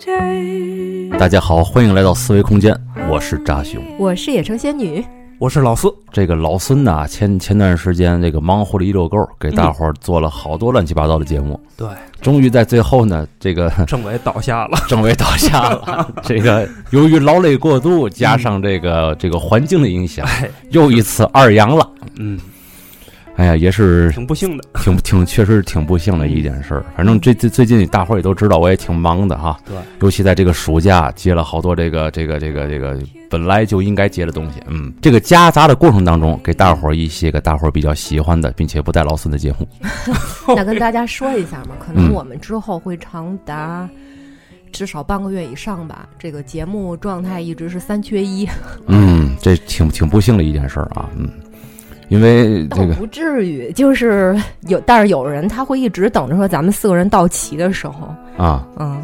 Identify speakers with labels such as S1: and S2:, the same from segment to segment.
S1: shoulders.
S2: 大家好，欢迎来到思维空间，我是扎熊。
S3: 我是野生仙 女，
S4: 我是老四，
S2: 这个老孙呐，前前段时间这个忙活了一溜够，给大伙儿做了好多乱七八糟的节目，
S4: 对，
S2: 终于在最后呢，这个
S4: 政委倒下了，
S2: 政委倒下 了。这个由于劳累过度，加上这个这个环境的影响，
S4: 哎，
S2: 又一次二阳了。
S4: 嗯，
S2: 哎呀，也是
S4: 挺不幸的，
S2: 挺挺，确实是挺不幸的一件事儿。反正最最最近大伙儿也都知道，我也挺忙的哈。
S4: 对，
S2: 尤其在这个暑假，接了好多这个这个这个这个本来就应该接的东西。嗯，这个夹杂的过程当中，给大伙儿一些个大伙儿比较喜欢的，并且不带劳损的节目。
S3: 那跟大家说一下嘛，可能
S2: 哦嗯
S3: 我们之后会长达至少半个月以上吧。这个节目状态一直是三缺一，
S2: 嗯，这挺挺不幸的一件事儿啊。嗯，因为
S3: 倒
S2: 这个
S3: 不至于，就是有，但是有人他会一直等着说咱们四个人到齐的时候，
S2: 啊，
S3: 嗯，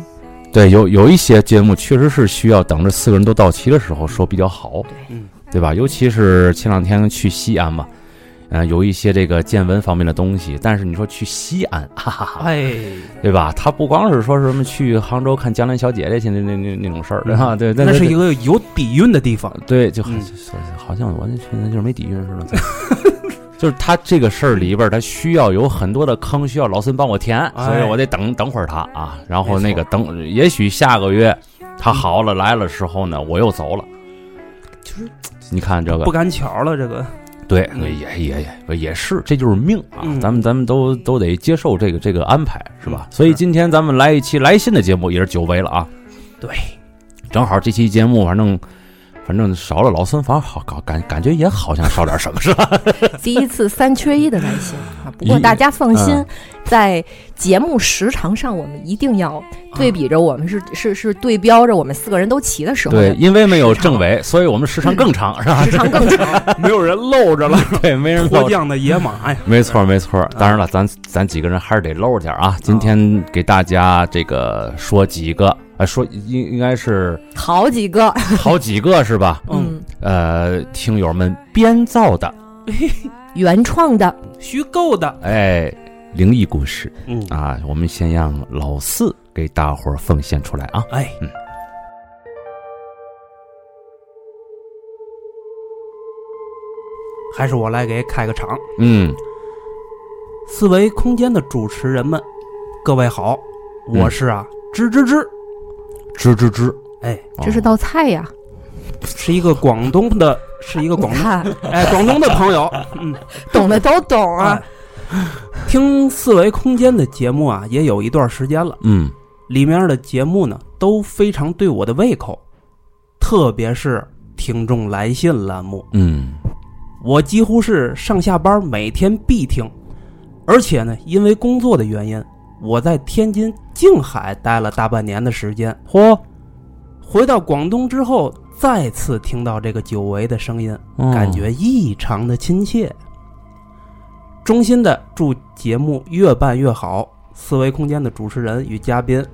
S2: 对，有有一些节目确实是需要等着四个人都到齐的时候说比较好，
S4: 嗯，
S2: 对吧？尤其是前两天去西安嘛，嗯、有一些这个见闻方面的东西，但是你说去西安， 哈哈哈，
S4: 哎，
S2: 对吧？他不光是说什么去杭州看江南小姐姐去那那那那种事儿，对吧？对，
S4: 嗯那
S2: 但
S4: 是一个有底蕴的地方，
S2: 对，就好
S4: 嗯
S2: 好像我那现在 就是没底蕴似的。就是他这个事儿里边儿，他需要有很多的坑，需要劳森帮我填，所以
S4: 哎
S2: 我得等等会儿他啊。然后
S4: 没错
S2: 那个等，也许下个月他好了来了时候呢，我又走了。
S4: 就是
S2: 你看这个
S4: 不，赶巧了，这个
S2: 对，
S4: 嗯
S2: 也也也也是，这就是命啊！
S4: 嗯
S2: 咱们咱们都都得接受这个这个安排，是吧？
S4: 嗯
S2: 所以
S4: 是
S2: 今天咱们来一期来信的节目，也是久违了啊。
S4: 对，
S2: 正好这期节目，反正反正少了老孙，反而好搞感感觉也好像少点什么，是 吧？
S3: 第一次三缺一的耐心啊。不过
S2: 一
S3: 大家放心，
S2: 嗯
S3: 在节目时长上，我们一定
S2: 啊
S3: 要对比着我们是、是是对标着我们四个人都齐的时候
S2: 对，
S3: 的
S2: 因为没有政委，所以我们时长更长，是吧？
S3: 时长更长。
S4: 啊 没有人露着了，
S2: 对，没人
S4: 脱嗯
S2: 漏。
S4: 缰的野马呀，
S2: 没错，没错。当然了，咱咱几个人还是得露点儿啊。今
S4: 嗯
S2: 天给大家这个说几个，呃，说应应该是
S3: 好几个，
S2: 好几个是吧？
S4: 嗯，
S3: 嗯，
S2: 呃，听友们编造的，
S4: 哎
S3: 原创的，
S4: 虚构的，
S2: 哎，灵异故事
S4: 嗯
S2: 啊，我们先让老四给大伙儿奉献出来啊。
S4: 哎，还是我来给开个场。
S2: 嗯
S4: 四维空间的主持人们，各位好，
S2: 嗯
S4: 我是啊，吱吱吱，
S2: 吱吱吱，
S4: 哎，
S2: 哦
S3: 这是道菜呀！
S4: 是一个广东的，是一个
S3: 你
S4: 广东，
S3: 看，
S4: 哎，广东的朋友，嗯，
S3: 懂的都懂 啊。
S4: 哎，听四维空间的节目啊，也有一段时间了，
S2: 嗯
S4: 里面的节目呢都非常对我的胃口，特别是听众来信栏目，
S2: 嗯
S4: 我几乎是上下班每天必听，而且呢，因为工作的原因，我在天津静海待了大半年的时间，嚯，回到广东之后，再次听到这个久违的声音，
S2: 哦
S4: 感觉异常的亲切。衷心的祝节目越办越好，四维空间的主持人与嘉宾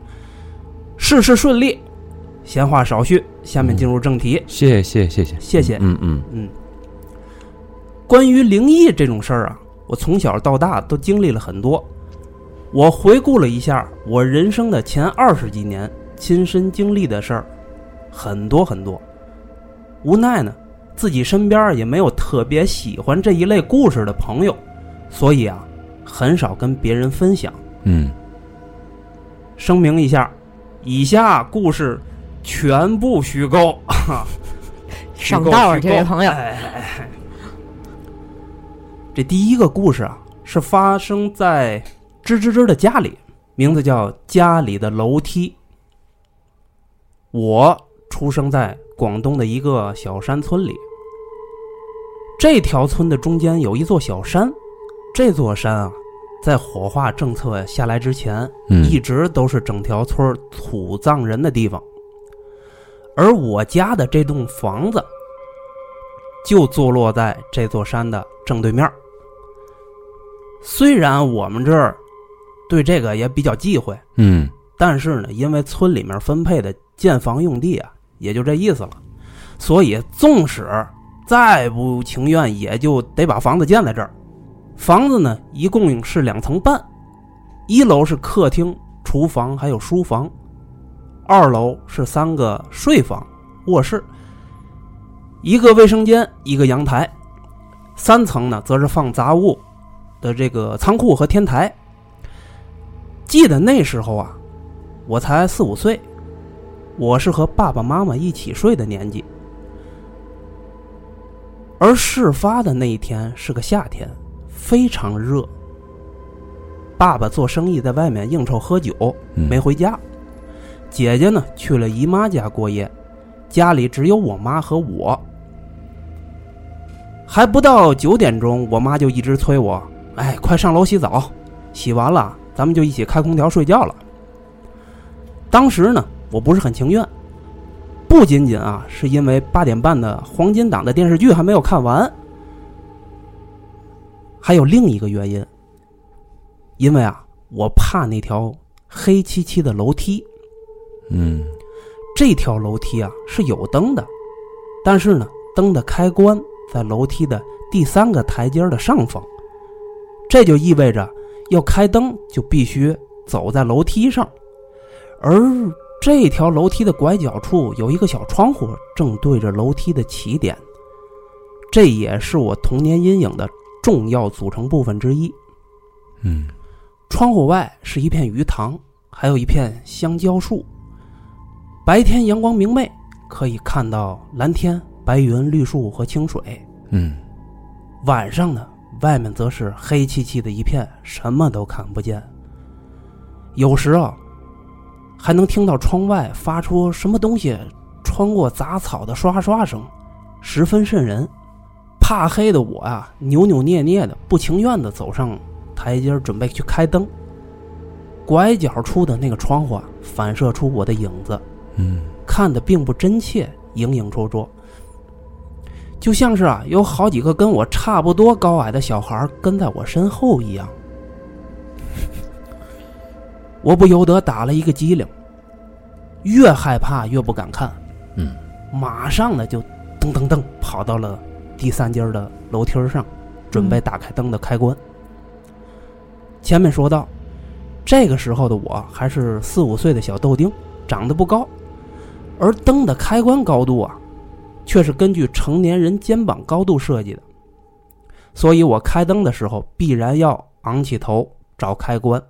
S4: 事事顺利。闲话少叙，下面进入正题。
S2: 谢谢谢谢
S4: 谢谢
S2: 嗯嗯
S4: 嗯，关于灵异这种事儿啊，我从小到大都经历了很多。我回顾了一下我人生的前二十几年亲身经历的事儿，很多很多。无奈呢，自己身边也没有特别喜欢这一类故事的朋友，所以啊，很少跟别人分享。
S2: 嗯
S4: 声明一下，以下故事全部虚构。
S3: 上道啊，这位朋友，
S2: 哎
S4: 这第一个故事啊，是发生在吱吱吱的家里，名字叫《家里的楼梯》。我出生在广东的一个小山村里，这条村的中间有一座小山，这座山啊，在火化政策下来之前，
S2: 嗯，
S4: 一直都是整条村儿土葬人的地方。而我家的这栋房子，就坐落在这座山的正对面儿。虽然我们这儿对这个也比较忌讳，
S2: 嗯
S4: 但是呢，因为村里面分配的建房用地啊，也就这意思了，所以纵使再不情愿，也就得把房子建在这儿。房子呢，一共是两层半，一楼是客厅，厨房还有书房，二楼是三个睡房、卧室，一个卫生间，一个阳台，三层呢则是放杂物的这个仓库和天台。记得那时候啊，我才四五岁，我是和爸爸妈妈一起睡的年纪。而事发的那一天是个夏天，非常热。爸爸做生意在外面应酬喝酒，
S2: 嗯
S4: 没回家。姐姐呢去了姨妈家过夜，家里只有我妈和我。还不到九点钟，我妈就一直催我：“哎，快上楼洗澡，洗完了咱们就一起开空调睡觉了。”当时呢，我不是很情愿，不仅仅啊是因为八点半的黄金档的电视剧还没有看完，还有另一个原因，因为啊我怕那条黑漆漆的楼梯。
S2: 嗯
S4: 这条楼梯啊是有灯的，但是呢，灯的开关在楼梯的第三个台阶的上方，这就意味着要开灯就必须走在楼梯上，而这条楼梯的拐角处有一个小窗户，正对着楼梯的起点，这也是我童年阴影的重要组成部分之一。
S2: 嗯
S4: 窗户外是一片鱼塘，还有一片香蕉树。白天阳光明媚，可以看到蓝天、白云、绿树和清水。
S2: 嗯
S4: 晚上呢，外面则是黑漆漆的一片，什么都看不见。有时啊，还能听到窗外发出什么东西穿过杂草的刷刷声，十分瘆人。怕黑的我啊，扭扭捏捏的，不情愿的走上台阶儿，准备去开灯。拐角处的那个窗户啊，反射出我的影子。
S2: 嗯
S4: 看的并不真切，影影绰绰，就像是啊有好几个跟我差不多高矮的小孩儿跟在我身后一样。我不由得打了一个激灵，越害怕越不敢看，
S2: 嗯，
S4: 马上呢就噔噔噔跑到了第三阶儿的楼梯儿上，准备打开灯的开关。前面说到，这个时候的我还是四五岁的小豆丁，长得不高，而灯的开关高度啊，却是根据成年人肩膀高度设计的，所以我开灯的时候必然要昂起头找开关，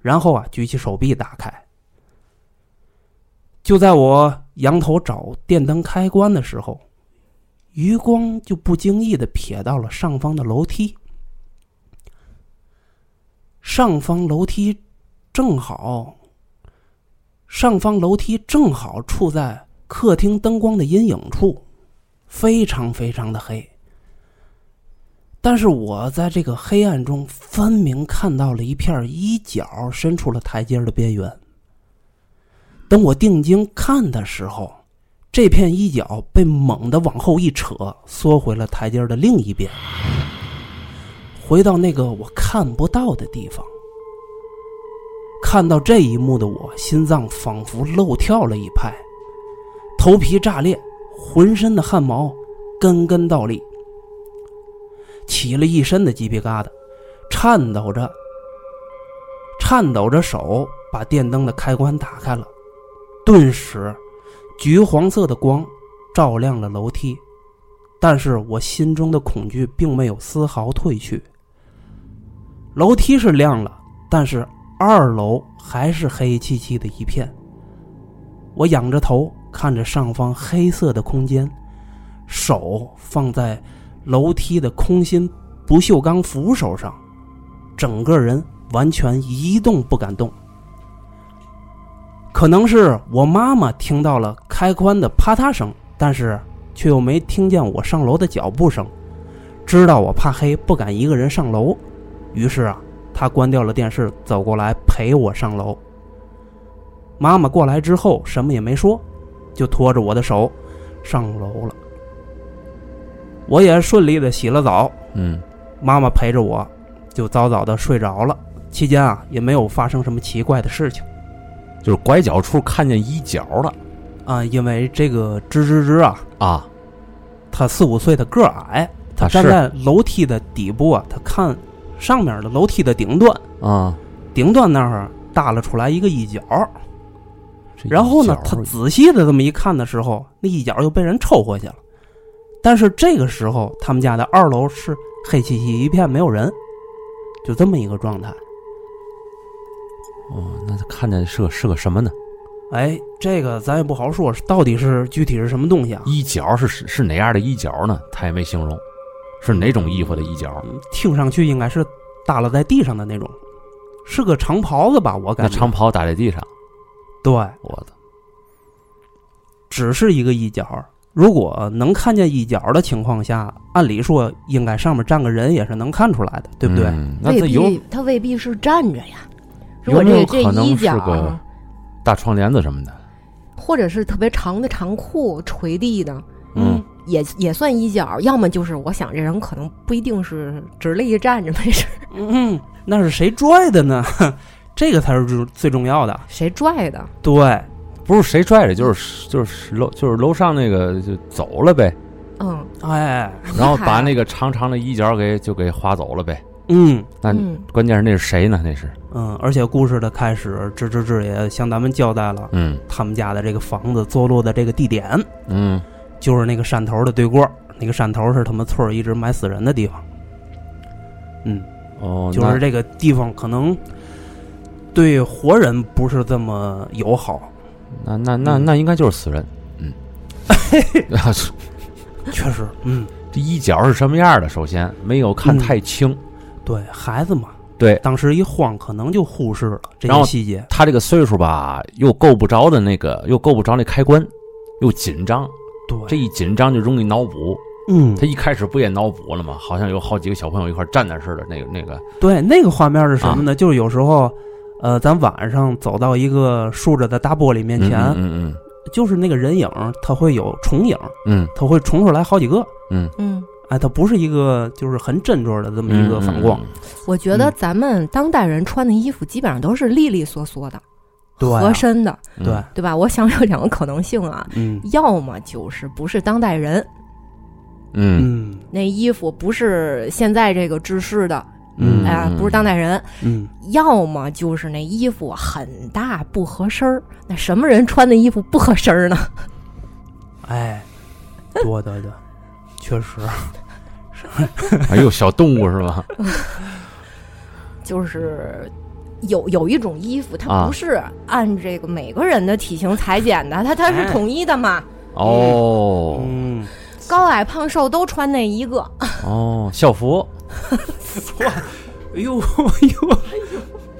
S4: 然后啊举起手臂打开。就在我仰头找电灯开关的时候，余光就不经意的瞥到了上方的楼梯。上方楼梯正好上方楼梯正好处在客厅灯光的阴影处，非常非常的黑。但是我在这个黑暗中分明看到了一片衣角伸出了台阶的边缘。等我定睛看的时候，这片衣角被猛地往后一扯，缩回了台阶的另一边，回到那个我看不到的地方。看到这一幕的我，心脏仿佛漏跳了一拍，头皮炸裂，浑身的汗毛根根倒立，起了一身的鸡皮疙瘩，颤抖着，颤抖着手把电灯的开关打开了，顿时，橘黄色的光照亮了楼梯，但是我心中的恐惧并没有丝毫退去。楼梯是亮了，但是二楼还是黑漆漆的一片。我仰着头看着上方黑色的空间，手放在楼梯的空心不锈钢扶手上，整个人完全一动不敢动。可能是我妈妈听到了开关的啪嗒声，但是却又没听见我上楼的脚步声，知道我怕黑，不敢一个人上楼，于是啊，他关掉了电视，走过来陪我上楼。妈妈过来之后，什么也没说，就拖着我的手上楼了。我也顺利的洗了澡，
S2: 嗯
S4: 妈妈陪着我，就早早的睡着了。期间啊，也没有发生什么奇怪的事情
S2: 就是拐角处看见衣角了
S4: 啊，因为这个吱吱吱啊，
S2: 啊，
S4: 他四五岁的个儿矮，他
S2: 啊
S4: 站
S2: 是
S4: 在楼梯的底部啊，他看上面的楼梯的顶端，
S2: 啊
S4: 顶端那儿耷拉出来一个衣角，
S2: 这
S4: 然后呢
S2: 一，
S4: 他
S2: 角儿
S4: 仔细的这么一看的时候，那一角又被人抽回去了。但是这个时候，他们家的二楼是黑漆漆一片，没有人，就这么一个状态。
S2: 哦，那他看见是个是个什么呢？
S4: 哎，这个咱也不好说，是到底是具体是什么东西啊？
S2: 衣角儿是是是哪样的衣角儿呢？他也没形容，是哪种衣服的衣角儿？
S4: 嗯听上去应该是耷拉在地上的那种，是个长袍子吧？我
S2: 那
S4: 感觉
S2: 长袍打在地上，
S4: 对，
S2: 我的
S4: 只是一个衣角。如果能看见衣角的情况下，按理说应该上面站个人也是能看出来的，对不对？
S2: 嗯那
S3: 未
S2: 这有
S3: 必他未必是站着呀。如
S2: 有
S3: 果
S2: 没有
S3: 这这
S2: 可能
S3: 衣
S2: 是
S3: 角
S2: 个
S3: 儿，
S2: 大窗帘子什么的，
S3: 或者是特别长的长裤垂地的，
S2: 嗯，
S3: 也也算衣角，要么就是我想这人可能不一定是直立站着 没事儿，
S4: 嗯，那是谁拽的呢？ 这个才是最最重要的。
S3: 谁拽的？
S4: 对，
S2: 不是谁拽着，就是就是楼就是楼上那个就走了呗，
S3: 嗯，
S4: 哎，
S2: 然后把那个长长的衣角儿给就给划走了呗。
S4: 嗯
S2: 那
S3: 嗯
S2: 关键是那是谁呢？那是
S4: 嗯，而且故事的开始，吱吱吱也向咱们交代了
S2: 嗯
S4: 他们家的这个房子坐落的这个地点，
S2: 嗯
S4: 就是那个山头的对过儿。那个山头是他们村儿一直埋死人的地方，
S2: 哦，
S4: 就是这个地方可能对活人不是这么 友好，
S2: 那那那那
S4: 嗯
S2: 那应该就是死人，嗯， 啊是
S4: 确实，嗯，
S2: 这衣角是什么样的？首先没有看
S4: 嗯
S2: 太清，
S4: 对孩子嘛，
S2: 对
S4: 当时一慌可能就忽视了这
S2: 然后
S4: 些细节，
S2: 他这个岁数吧，又够不着的那个，又够不着那开关，又紧张，
S4: 对，
S2: 这一紧张就容易脑补。
S4: 嗯
S2: 他，一开始不也脑补了吗？好像有好几个小朋友一块站那似的，那个那个，
S4: 对，那个画面是什
S2: 啊
S4: 么呢？就是有时候，呃，咱晚上走到一个竖着的大玻璃面
S2: 嗯
S4: 前，
S2: 嗯
S4: 就是那个人影，它会有重影，
S2: 嗯
S4: 它会重出来好几个。
S3: 嗯，
S4: 哎，它不是一个就是很振作的这么
S2: 嗯，
S4: 一个反光，
S2: 嗯，嗯
S3: 我觉得
S4: 嗯
S3: 咱们当代人穿的衣服基本上都是利利索索的、
S4: 对啊、
S3: 合身的，
S2: 嗯
S4: 对，
S3: 对吧？我想有两个可能性啊，
S4: 嗯
S3: 要么就是不是当代人，
S2: 嗯
S4: 嗯
S3: 那衣服不是现在这个制式的，
S2: 嗯
S3: 哎、呀，不是当代人；
S4: 嗯，
S3: 要么就是那衣服很大不合身儿。那什么人穿的衣服不合身儿呢？
S4: 哎，对对对，确实，
S2: 哎呦，小动物是 吧？
S3: 就是有有一种衣服，它
S2: 啊
S3: 不是按这个每个人的体型裁剪的，它它是
S4: 哎
S3: 统一的嘛，
S2: 哦
S4: 嗯，
S3: 高矮胖瘦都穿那一个。
S2: 哦，校服，
S4: 哎呦哎呦哎呦，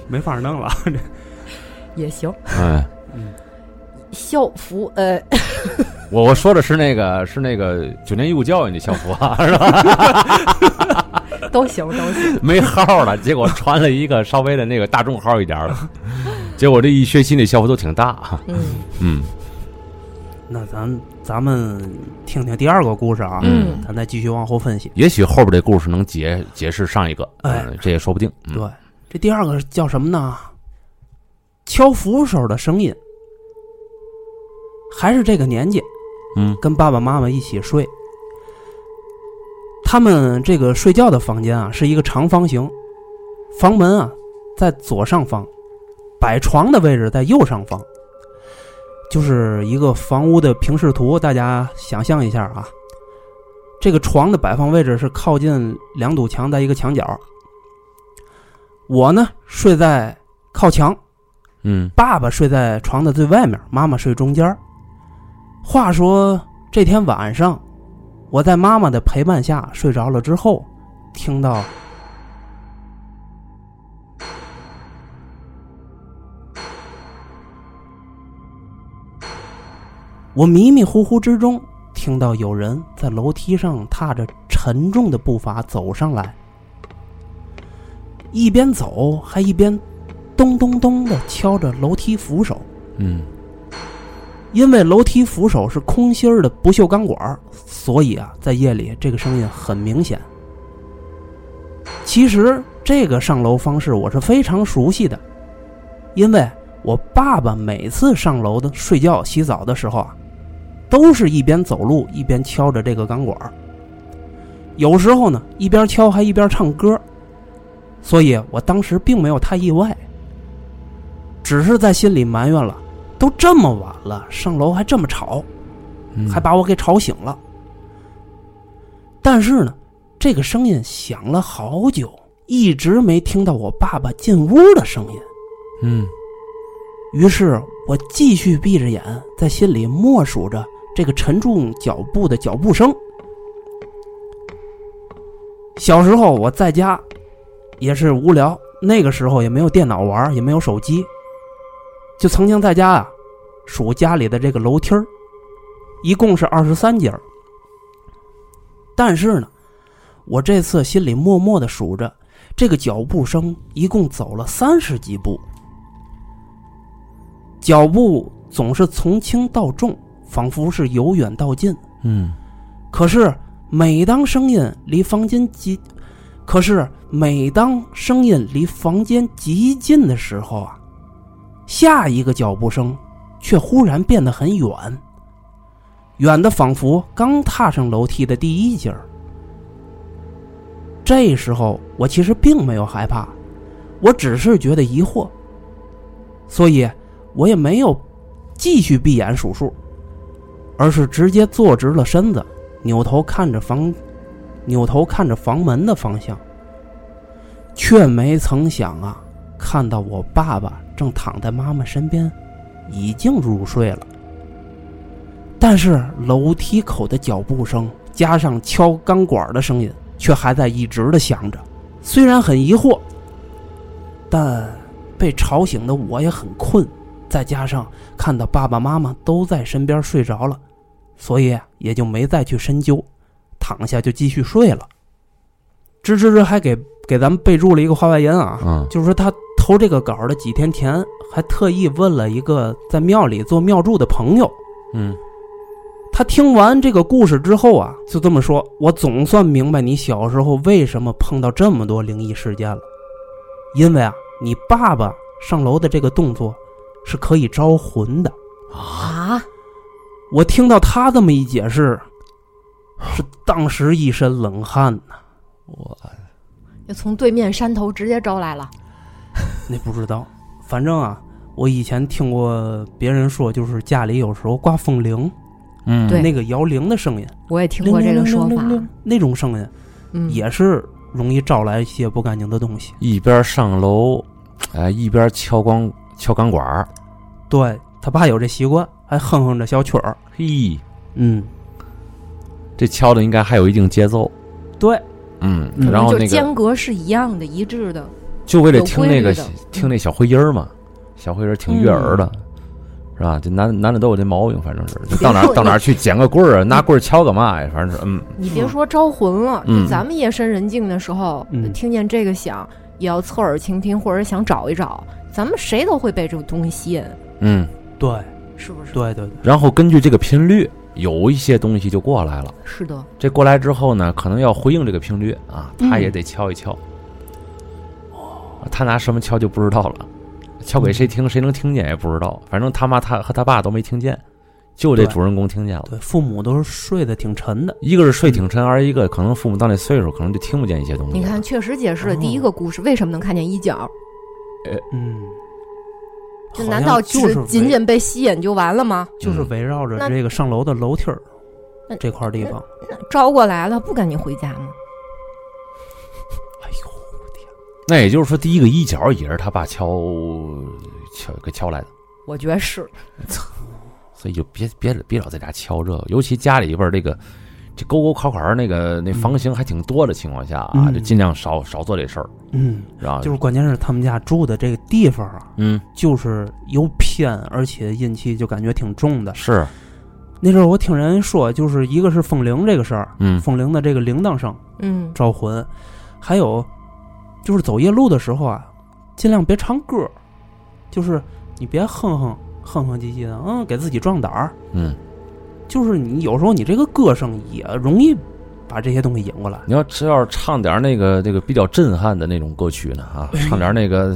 S4: 没法弄了，
S3: 也行，
S4: 嗯
S2: 哎，
S3: 校服，呃，
S2: 我我说的是那个是那个九年义务教育那校服 啊，是吧？
S3: 都行都行。
S2: 没号了，结果穿了一个稍微的那个大众号一点儿的，结果这一学期那校服都挺大，
S3: 嗯
S2: 嗯
S4: 那咱咱们听听第二个故事啊，
S2: 嗯
S4: 咱再继续往后分析。
S2: 也许后边这故事能解解释上一个，
S4: 哎
S2: 嗯，这也说不定。嗯
S4: 对，这第二个叫什么呢？敲扶手的声音，还是这个年纪，
S2: 嗯
S4: 跟爸爸妈妈一起睡。他们这个睡觉的房间啊，是一个长方形，房门啊在左上方，摆床的位置在右上方，就是一个房屋的平视图。大家想象一下啊，这个床的摆放位置是靠近两堵墙，在一个墙角。我呢睡在靠墙，
S2: 嗯
S4: 爸爸睡在床的最外面，妈妈睡中间儿。话说这天晚上，我在妈妈的陪伴下睡着了之后，听到我迷迷糊糊之中听到有人在楼梯上踏着沉重的步伐走上来，一边走还一边咚咚咚的敲着楼梯扶手，
S2: 嗯，
S4: 因为楼梯扶手是空心儿的不锈钢管儿，所以啊，在夜里这个声音很明显。其实这个上楼方式我是非常熟悉的，因为我爸爸每次上楼的睡觉、洗澡的时候啊，都是一边走路一边敲着这个钢管儿，有时候呢一边敲还一边唱歌，所以我当时并没有太意外。只是在心里埋怨了，都这么晚了，上楼还这么吵，
S2: 嗯
S4: 还把我给吵醒了。但是呢，这个声音响了好久，一直没听到我爸爸进屋的声音。
S2: 嗯
S4: 于是我继续闭着眼，在心里默数着这个沉重脚步的脚步声。小时候我在家也是无聊，那个时候也没有电脑玩，也没有手机，就曾经在家啊数家里的这个楼梯儿，一共是二十三节儿。但是呢，我这次心里默默的数着，这个脚步声一共走了三十几步。脚步总是从轻到重，仿佛是由远到近。
S2: 嗯
S4: 可是每当声音离房间极，可是每当声音离房间极近的时候啊，下一个脚步声却忽然变得很远，远的仿佛刚踏上楼梯的第一阶儿。这时候我其实并没有害怕，我只是觉得疑惑，所以我也没有继续闭眼数数，而是直接坐直了身子，扭头看着房，扭头看着房门的方向，却没曾想啊，看到我爸爸正躺在妈妈身边，已经入睡了。但是楼梯口的脚步声加上敲钢管的声音，却还在一直的响着。虽然很疑惑，但被吵醒的我也很困，再加上看到爸爸妈妈都在身边睡着了，所以也就没再去深究，躺下就继续睡了。芝芝芝还给给咱们备注了一个话外音啊，
S2: 嗯
S4: 就是说他投这个稿的几天前，还特意问了一个在庙里做庙祝的朋友。
S2: 嗯
S4: 他听完这个故事之后啊，就这么说：“我总算明白你小时候为什么碰到这么多灵异事件了，因为啊，你爸爸上楼的这个动作是可以招魂的。
S3: 啊，
S4: 我听到他这么一解释， 是当时一身冷汗呐、
S2: 我
S3: 就从对面山头直接招来了。
S4: 那不知道，反正啊，我以前听过别人说，就是家里有时候挂风铃，
S2: 嗯
S3: 对
S4: 那个摇铃的声音，
S3: 我也听过这个说法，
S4: 那种声音
S3: 嗯，
S4: 也是容易招来一些不干净的东西。
S2: 一边上楼，哎，一边敲光敲钢管儿，
S4: 对他爸有这习惯，还哼哼着小曲儿。
S2: 嘿，
S4: 嗯，
S2: 这敲的应该还有一定节奏，
S4: 对，
S2: 嗯，
S4: 嗯
S2: 然后
S3: 就
S2: 那个
S3: 间隔是一样的、一致的。
S2: 就为了听那个
S3: 有规律的嗯
S2: 听那小灰音儿嘛，小灰音儿挺悦耳的，是吧？这男男的都有这毛病，反正是就到哪
S3: 别
S2: 儿
S3: 说
S2: 到哪儿去捡个棍儿啊，拿棍儿敲个嘛呀，反正是嗯，
S3: 你别说招魂了，
S2: 嗯
S3: 就咱们夜深人静的时候，
S4: 嗯
S3: 听见这个响，也要侧耳倾听，或者想找一找。咱们谁都会被这种东西吸引，
S2: 嗯，
S4: 对，
S3: 是不是？
S4: 对，对，对
S2: 然后根据这个频率，有一些东西就过来了。
S3: 是的，
S2: 这过来之后呢，可能要回应这个频率啊，
S4: 嗯
S2: 他也得敲一敲。他拿什么敲就不知道了，敲给谁听，谁能听见也不知道。
S4: 嗯
S2: 反正他妈他和他爸都没听见，就这
S4: 对
S2: 主人公听见了。
S4: 对，父母都是睡得挺沉的。
S2: 一个是睡挺沉，而一个可能父母到那岁数，可能就听不见一些东西。
S3: 你看，，确实解释了
S4: 哦
S3: 第一个故事为什么能看见衣角。
S4: 嗯，
S3: 就
S4: 好
S3: 难
S4: 像
S3: 道
S4: 就
S3: 只
S4: 是围
S3: 仅仅被吸引就完了吗？
S4: 就是
S2: 嗯
S4: 围绕着
S3: 那
S4: 这个上楼的楼梯儿
S3: 那
S4: 这块地方？
S3: 招过来了，不赶紧回家吗？
S4: 哎呦，
S2: 那也就是说，第一个衣角也是他爸敲敲给敲来的，
S3: 我觉得是，
S2: 所以就别别别老在家敲这个，尤其家里边这个这沟沟坎坎儿那个那房型还挺多的情况下啊，
S4: 嗯
S2: 就尽量少少做这事儿，
S4: 嗯，
S2: 是吧？
S4: 就是关键是他们家住的这个地方啊，
S2: 嗯，
S4: 就是有偏，而且阴气就感觉挺重的。
S2: 是，
S4: 那阵儿我听人说，就是一个是风铃这个事儿，
S2: 嗯
S4: 风铃的这个铃铛声
S3: 嗯，
S4: 招魂，还有就是走夜路的时候啊，尽量别唱歌儿，就是你别哼哼哼哼唧唧的，嗯，给自己壮胆儿。
S2: 嗯，
S4: 就是你有时候你这个歌声也容易把这些东西引过来。
S2: 你要只要是唱点儿那个这个比较震撼的那种歌曲呢啊，唱点儿那个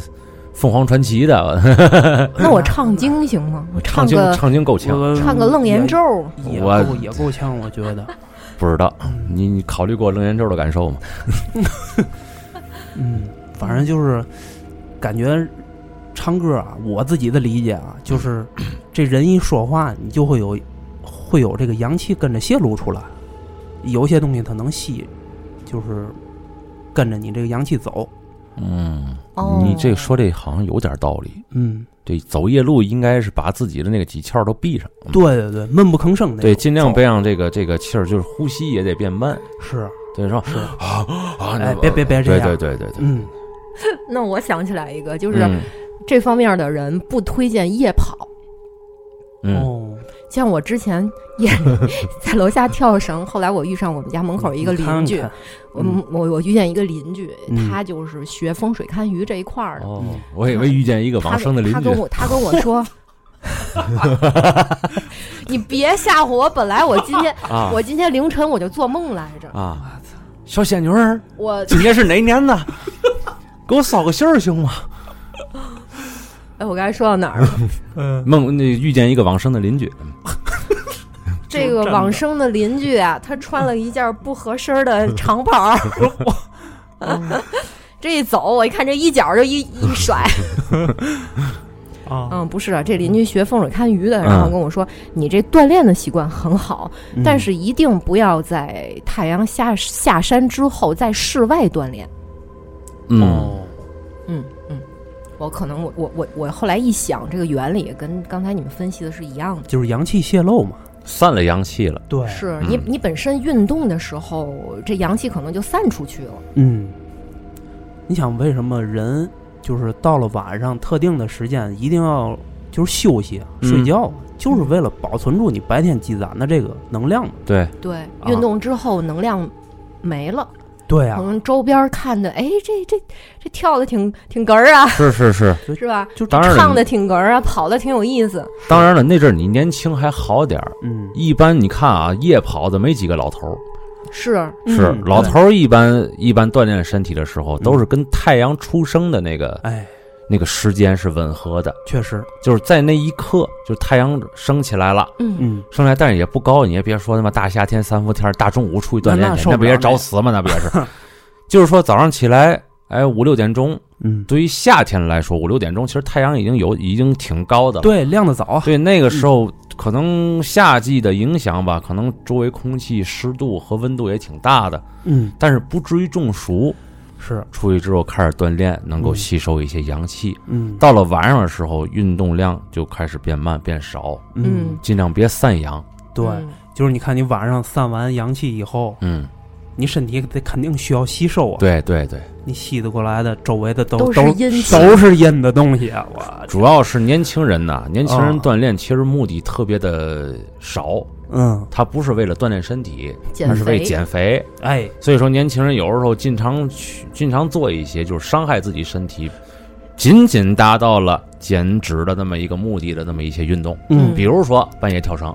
S2: 凤凰传奇的，
S3: 那我
S4: 嗯
S3: 唱经行吗？我
S2: 唱经
S3: 个
S2: 唱经嗯够呛，
S4: 我
S3: 唱个楞严咒，
S4: 也也
S2: 我
S4: 够也够呛，我觉得。
S2: 不知道你你考虑过楞严咒的感受吗？
S4: 嗯，反正就是感觉唱歌啊，我自己的理解啊，就是这人一说话，你就会有会有这个阳气跟着泄露出来，有些东西它能吸，就是跟着你这个阳气走。
S2: 嗯，
S3: 哦
S2: 你这说这好像有点道理。
S4: 嗯，
S2: 这走夜路应该是把自己的那个几窍都闭上，嗯
S4: 对对对，闷不吭声那
S2: 对，
S4: 种
S2: 尽量别让这个这个气儿，就是呼吸也得变慢。
S4: 是
S2: 对，说
S4: 是，
S2: 啊，
S4: 哎，
S2: 那
S4: 别别别这
S2: 对
S4: 样，
S2: 对对对对，
S4: 嗯，
S3: 那我想起来一个，就是
S2: 嗯
S3: 这方面的人不推荐夜跑。
S2: 嗯
S4: 哦，
S3: 像我之前也 在楼下跳绳，后来我遇上我们家门口一个
S4: 你看
S3: 邻居，
S4: 看
S3: 我
S4: 嗯
S3: 我我遇见一个邻居，
S4: 嗯
S3: 他就是学风水堪舆这一块儿的。
S2: 哦
S4: 嗯，
S2: 我以为遇见一个
S3: 他
S2: 往生的邻
S3: 他
S2: 居
S3: 跟，我他跟我 说，你别吓唬我！本来我今 天
S2: 啊
S3: 我今天凌晨我就做梦来着，
S2: 啊，小仙女儿，
S3: 我
S2: 今年是哪年的？ 给我捎个信儿行吗？
S3: 哎我刚才说到哪儿了？
S4: 嗯，
S2: 梦那遇见一个往生的邻居，
S3: 这个往生的邻居啊，他穿了一件不合身的长袍儿，这一走我一看这一脚就一一甩，
S4: 啊，
S3: 嗯，不是啊，这邻居学风水堪舆的，
S2: 嗯
S3: 然后跟我说，你这锻炼的习惯很好，
S4: 嗯
S3: 但是一定不要在太阳下下山之后在室外锻炼。
S2: 嗯，
S4: 哦，
S3: 嗯嗯，我可能我我我我后来一想，这个原理跟刚才你们分析的是一样的。
S4: 就是阳气泄露嘛，
S2: 散了阳气了，
S4: 对，
S3: 是你
S2: 嗯
S3: 你本身运动的时候，这阳气可能就散出去了。
S4: 嗯，你想为什么人就是到了晚上特定的时间一定要就是休息啊、
S2: 嗯
S4: 睡觉啊，就是为了保存住你白天积攒的这个能量嘛。
S2: 对，
S3: 对，
S4: 啊
S3: 运动之后能量没了，
S4: 对
S2: 啊
S3: 可，能周边看的，哎，这这这跳的挺挺哏儿啊，
S2: 是是是，
S3: 是吧？
S4: 就
S2: 嗯当然
S3: 唱
S2: 了
S3: 的，挺哏儿啊，跑的挺有意思。
S2: 当然了，那阵儿你年轻还好点儿，
S4: 嗯，
S2: 一般你看啊，夜跑的没几个老头儿，
S3: 是，
S2: 是
S4: 嗯
S2: 老头儿一般一般锻炼身体的时候，都是跟太阳出生的那个
S4: 哎，
S2: 那个时间是吻合的，
S4: 确实，
S2: 就是在那一刻，就是太阳升起来了。
S3: 嗯，
S4: 嗯，
S2: 升起来，但是也不高，你也别说他妈大夏天三伏天大中午出去锻
S4: 那
S2: 炼去，
S4: 受
S2: 那
S4: 不
S2: 不
S4: 了
S2: 也找死吗？那不也 是？就是说早上起来，哎，五六点钟，
S4: 嗯，
S2: 对于夏天来说，五六点钟其实太阳已经有已经挺高的了。
S4: 对，亮的早啊，
S2: 对，那个时候可能夏季的影响吧，可能周围空气湿度和温度也挺大的，
S4: 嗯，
S2: 但是不至于中暑。
S4: 是，
S2: 出去之后开始锻炼，能够
S4: 嗯
S2: 吸收一些阳气。
S4: 嗯，
S2: 到了晚上的时候，运动量就开始变慢变少，
S4: 嗯，
S2: 尽量别散阳。
S4: 对，
S3: 嗯
S4: 就是你看你晚上散完阳气以后，
S2: 嗯，
S4: 你身体得肯定需要吸收啊，
S2: 对对对，
S4: 你吸得过来的周围的都
S3: 都是
S4: 都
S3: 阴气
S4: 都是阴的东西啊，我，
S2: 主要是年轻人呐、
S3: 嗯
S2: 年轻人
S4: 啊
S2: 锻炼其实目的特别的少，
S4: 嗯，
S2: 他不是为了锻炼身体，
S3: 减
S2: 他是为
S3: 肥
S2: 减肥。
S4: 哎，
S2: 所以说，年轻人有时候经常去经常做一些就是伤害自己身体，仅仅达到了减脂的那么一个目的的那么一些运动，
S3: 嗯
S2: 比如说半夜跳绳。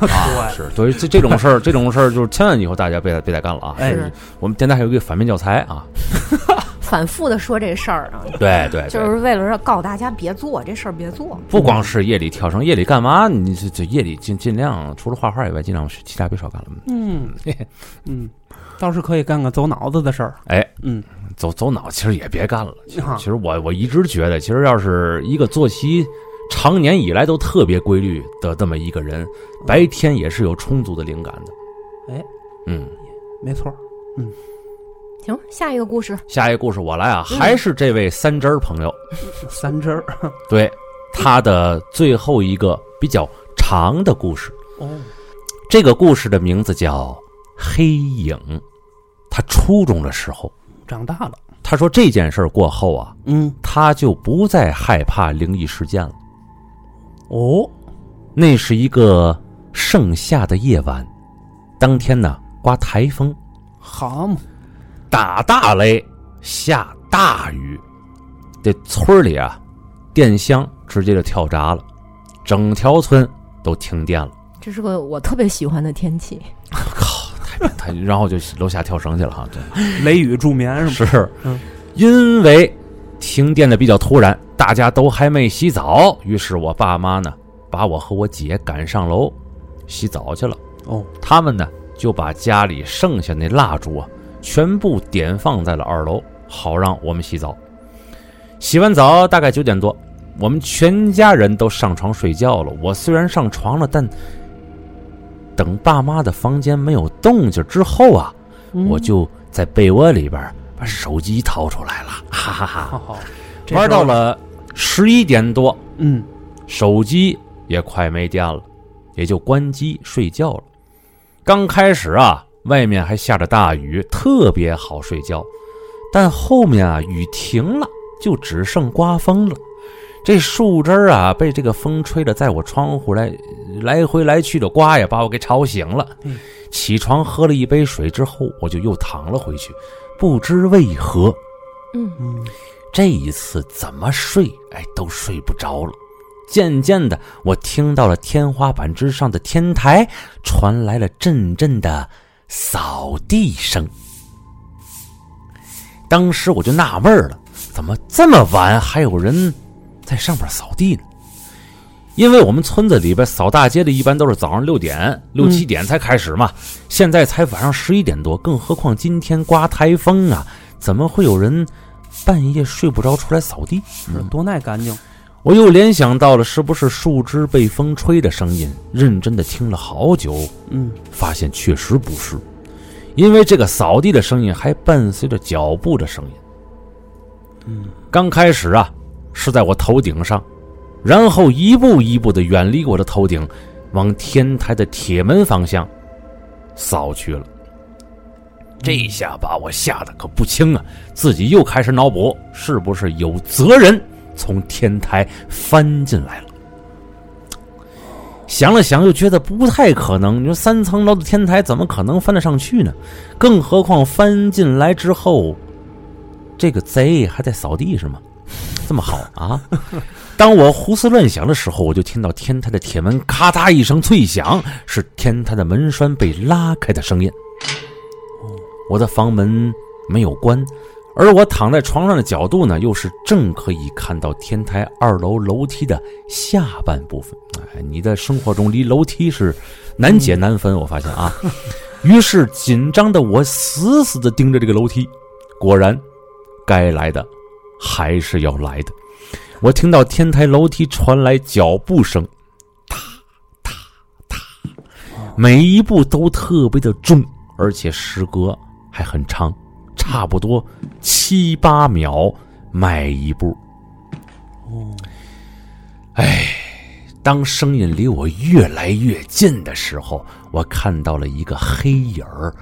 S4: 对，
S2: 是，所以这这种事儿，这 种事儿就是千万以后大家别再别再干了啊！
S4: 哎
S3: 是
S2: 我们电台还有一个反面教材啊，
S3: 反复的说这事儿啊，
S2: 对对
S3: 就。是为了让告诉大家别做这事儿，别做。
S2: 不光是夜里跳绳，夜里干嘛？你这这夜里尽尽量除了画画以外，尽量其他别少干了。
S4: 嗯，嗯，倒是可以干个走脑子的事儿。
S2: 哎，
S4: 嗯，啊
S2: 走走脑其实也别干了。
S4: 哈
S2: 其实我我一直觉得，其实要是一个作息常年以来都特别规律的这么一个人，白天也是有充足的灵感的。
S4: 哎，
S2: 嗯，
S4: 没错儿。
S3: 行，下一个故事，
S2: 下一个故事我来啊，
S3: 嗯
S2: 还是这位三汁儿朋友，
S4: 三针儿。
S2: 对他的最后一个比较长的故事。
S4: 哦，
S2: 这个故事的名字叫《黑影》。他初中的时候，
S4: 长大了。
S2: 他说这件事儿过后啊，
S4: 嗯，
S2: 他就不再害怕灵异事件了。
S4: 哦，
S2: 那是一个盛夏的夜晚，当天呢刮台风，
S4: 好嘛，
S2: 打大雷，下大雨，这村儿里啊，电箱直接就跳闸了，整条村都停电了。
S3: 这是个我特别喜欢的天气。
S2: 他然后就楼下跳绳去了哈，对。
S4: 雷雨助眠是吗？
S2: 是
S4: 嗯，
S2: 因为停电的比较突然，大家都还没洗澡，于是我爸妈呢把我和我姐赶上楼洗澡去了。
S4: 哦，
S2: 他们呢就把家里剩下那蜡烛啊全部点放在了二楼，好让我们洗澡。洗完澡大概九点多，我们全家人都上床睡觉了。我虽然上床了，但等爸妈的房间没有动静之后啊，我就在被窝里边把手机掏出来了，哈哈哈！
S4: 好好
S2: 玩到，了十一点多，
S4: 这时候嗯，
S2: 手机也快没电了，也就关机睡觉了。刚开始啊，外面还下着大雨，特别好睡觉，但后面啊，雨停了，就只剩刮风了。这树枝儿啊，被这个风吹着，在我窗户来来回来去的刮呀，把我给吵醒了
S4: 嗯。
S2: 起床喝了一杯水之后，我就又躺了回去，不知为何，
S3: 嗯
S4: 嗯，
S2: 这一次怎么睡，哎，都睡不着了。渐渐的，我听到了天花板之上的天台传来了阵阵的扫地声。当时我就纳闷儿了，怎么这么晚还有人在上面扫地呢？因为我们村子里边扫大街的，一般都是早上六点、六七点才开始嘛，现在才晚上十一点多，更何况今天刮台风啊，怎么会有人半夜睡不着出来扫地？
S4: 是多耐干净，
S2: 我又联想到了是不是树枝被风吹的声音，认真的听了好久，
S4: 嗯，
S2: 发现确实不是，因为这个扫地的声音还伴随着脚步的声音。嗯，刚开始啊是在我头顶上，然后一步一步的远离我的头顶，往天台的铁门方向扫去了。这一下把我吓得可不轻啊！自己又开始脑补，是不是有责人从天台翻进来了？想了想，又觉得不太可能。你说三层楼的天台怎么可能翻得上去呢？更何况翻进来之后，这个贼还在扫地是吗？ 这么好啊！ 当我胡思乱想的时候，我就听到天台的铁门咔嗒一声脆响，是天台的门栓被拉开的声音。我的房门没有关，而我躺在床上的角度呢，又是正可以看到天台二楼楼梯的下半部分。哎，你的生活中离楼梯是难解难分，我发现啊。 于是紧张的我死死的盯着这个楼梯，果然，该来的还是要来的。我听到天台楼梯传来脚步声，踏踏踏，每一步都特别的重，而且时隔还很长，差不多七八秒迈一步。
S4: 哦，
S2: 当声音离我越来越近的时候，我看到了一个黑影儿，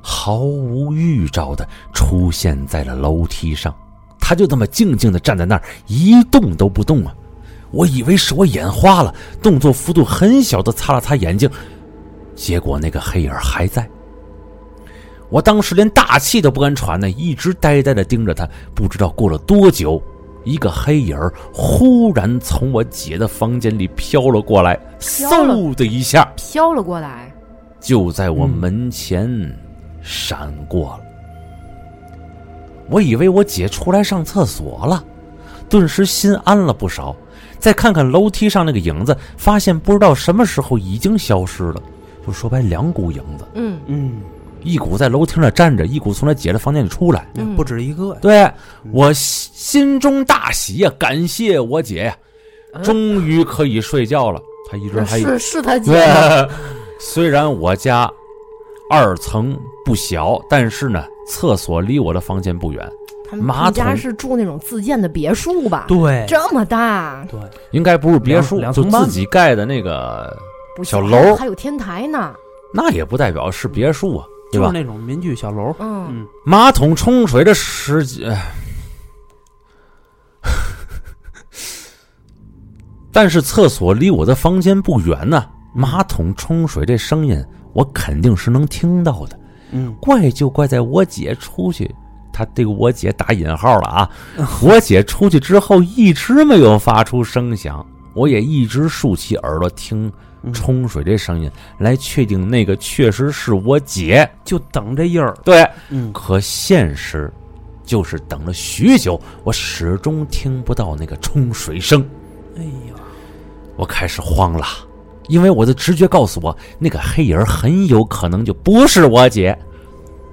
S2: 毫无预兆的出现在了楼梯上。他就这么静静的站在那儿，一动都不动啊！我以为是我眼花了，动作幅度很小的擦了擦眼睛，结果那个黑影儿还在。我当时连大气都不敢喘呢，一直呆呆的盯着他。不知道过了多久，一个黑影儿忽然从我姐的房间里飘了过来，
S3: 飘了
S2: 嗖的一下
S3: 飘了过来，
S2: 就在我门前闪过了。我以为我姐出来上厕所了，顿时心安了不少。再看看楼梯上那个影子，发现不知道什么时候已经消失了。就说白，两股影子。
S3: 嗯
S4: 嗯，
S2: 一股在楼梯那站着，一股从他姐的房间里出来。
S3: 嗯
S4: 那不止一个呀，
S2: 对我心心中大喜呀、感谢我姐呀、终于可以睡觉了。她一直还
S3: 是是他姐
S2: 对
S3: 吗，
S2: 虽然我家二层不小，但是呢，厕所离我的房间不远，
S3: 他们
S2: 马
S3: 他们
S2: 桶
S3: 家是住那种自建的别墅吧？
S4: 对
S3: 这么大，
S4: 对，
S2: 应该不是别墅，
S4: 两两
S2: 就
S4: 层
S2: 自
S4: 半
S2: 己盖的那个，
S3: 不是
S2: 小楼
S3: 还有天台呢。
S2: 那也不代表是别墅啊，对
S4: 就
S2: 吧
S4: 是？那种民居小楼，
S3: 嗯，
S4: 嗯，
S2: 马桶冲水的时间。唉 但是厕所离我的房间不远呢、马桶冲水这声音我肯定是能听到的。
S4: 嗯，
S2: 怪就怪在我姐出去，她对我姐打引号了啊。 我姐出去之后一直没有发出声响，我也一直竖起耳朵听冲水这声音，来确定那个确实是我姐。
S4: 就等这印儿，
S2: 对，
S4: 嗯，
S2: 可现实就是等了许久，我始终听不到那个冲水声，
S4: 哎呀，
S2: 我开始慌了，因为我的直觉告诉我，那个黑影儿很有可能就不是我姐。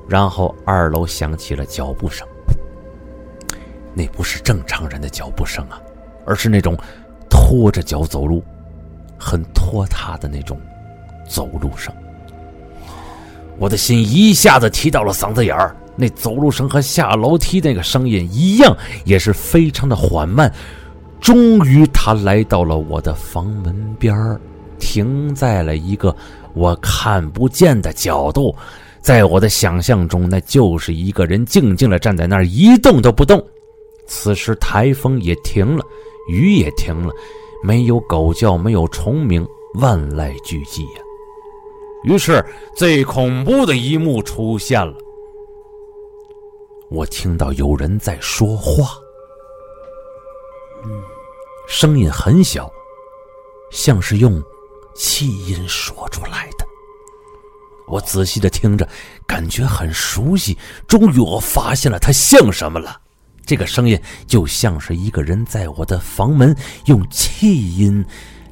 S2: 然后二楼响起了脚步声，那不是正常人的脚步声啊，而是那种拖着脚走路、很拖沓的那种走路声。我的心一下子提到了嗓子眼儿，那走路声和下楼梯那个声音一样，也是非常的缓慢。终于，他来到了我的房门边儿，停在了一个我看不见的角度。在我的想象中，那就是一个人静静的站在那儿一动都不动。此时台风也停了，雨也停了，没有狗叫，没有虫鸣，万籁俱寂呀、于是，最恐怖的一幕出现了。我听到有人在说话，声音很小，像是用气音说出来的。我仔细的听着，感觉很熟悉。终于，我发现了它像什么了。这个声音就像是一个人在我的房门用气音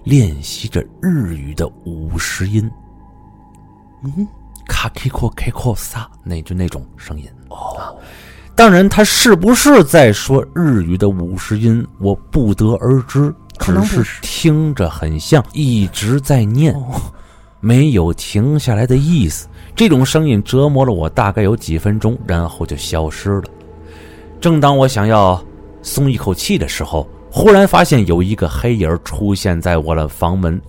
S2: 练习着日语的五十音，咔 k 阔 k 阔撒，那就那种声音哦。啊当然，他是不是在说日语的五十音，我不得而知，
S3: 可
S2: 只
S3: 能不
S2: 是
S3: 是
S2: 听着很像，一直在念。
S4: 哦
S2: 没有停下来的意思。这种声音折磨了我大概有几分钟，然后就消失了。正当我想要松一口气的时候，忽然发现有一个黑影儿出现在我的房门，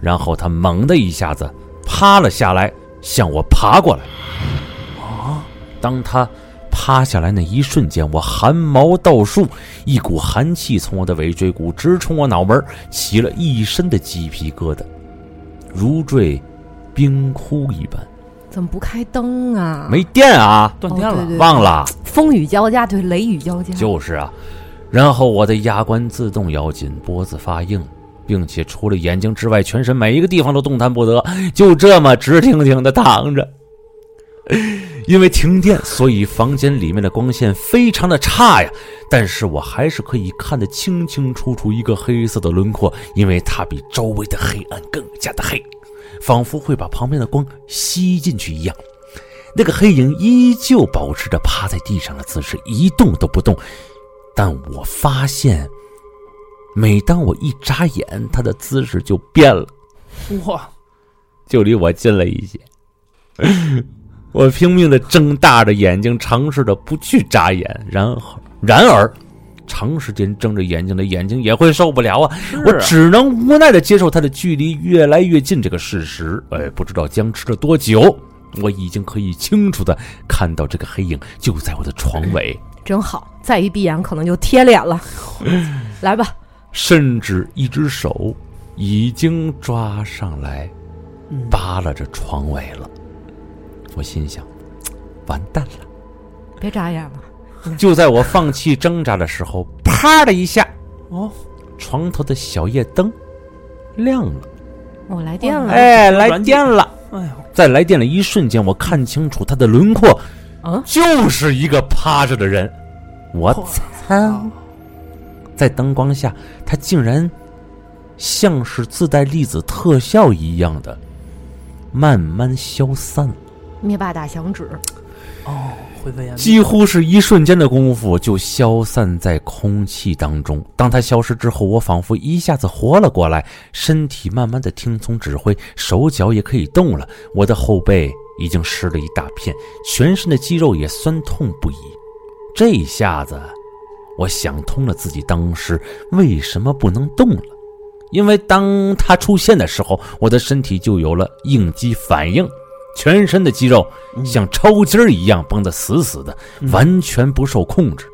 S2: 然后他猛地一下子趴了下来，向我爬过来。啊！
S3: 啊
S2: 当他趴下来那一瞬间，我汗毛倒竖，一股寒气从我的尾椎骨直冲我脑门儿，起了一身的鸡皮疙瘩。如坠冰窟一般。
S3: 怎么不开灯啊？
S2: 没电啊，
S4: 断电
S3: 哦
S4: 了
S3: 对，对
S2: 忘了，
S3: 风雨交加，对，雷雨交加。
S2: 就是啊。然后我的牙关自动咬紧，脖子发硬，并且除了眼睛之外，全身每一个地方都动弹不得，就这么直挺挺的躺着。因为停电，所以房间里面的光线非常的差呀。但是我还是可以看得清清楚楚一个黑色的轮廓，因为它比周围的黑暗更加的黑，仿佛会把旁边的光吸进去一样。那个黑影依旧保持着趴在地上的姿势，一动都不动。但我发现，每当我一眨眼，他的姿势就变了，
S4: 哇，
S2: 就离我近了一些。 我拼命的睁大着眼睛，尝试着不去眨眼，然后，然而，长时间睁着眼睛的眼睛也会受不了啊！我
S4: 是
S2: 只能无奈的接受他的距离越来越近这个事实。哎，不知道僵持了多久，我已经可以清楚的看到这个黑影就在我的床尾，
S3: 真好，再一闭眼可能就贴 脸了。来吧，
S2: 甚至一只手已经抓上来
S4: 嗯
S2: 扒拉着床尾了。我心想，完蛋了！
S3: 别眨眼了。
S2: 就在我放弃挣扎的时候，啪的一下，
S4: 哦，
S2: 床头的小夜灯亮了，
S3: 我来电了。
S2: 哎，来电了。
S4: 哎呦，
S2: 在来电的一瞬间，我看清楚他的轮廓，
S3: 啊
S2: 就是一个趴着的人。我
S4: 嗯
S2: 操！
S4: 啊
S2: 在灯光下，他竟然像是自带粒子特效一样的慢慢消散了，
S3: 灭霸大响指，
S4: 哦，灰飞烟灭，
S2: 几乎是一瞬间的功夫就消散在空气当中。当他消失之后，我仿佛一下子活了过来，身体慢慢的听从指挥，手脚也可以动了。我的后背已经湿了一大片，全身的肌肉也酸痛不已。这一下子，我想通了自己当时为什么不能动了，因为当他出现的时候，我的身体就有了应激反应，全身的肌肉像抽筋儿一样绷得死死的，完全不受控制。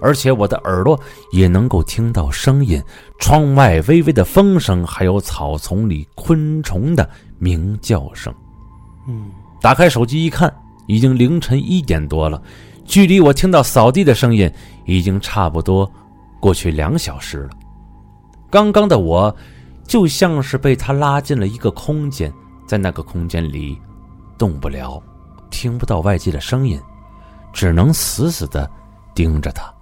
S2: 而且我的耳朵也能够听到声音，窗外微微的风声，还有草丛里昆虫的鸣叫声。
S4: 嗯，
S2: 打开手机一看，已经凌晨一点多了，距离我听到扫地的声音已经差不多过去两小时了。刚刚的我，就像是被他拉进了一个空间，在那个空间里动不了，听不到外界的声音，只能死死的盯着他。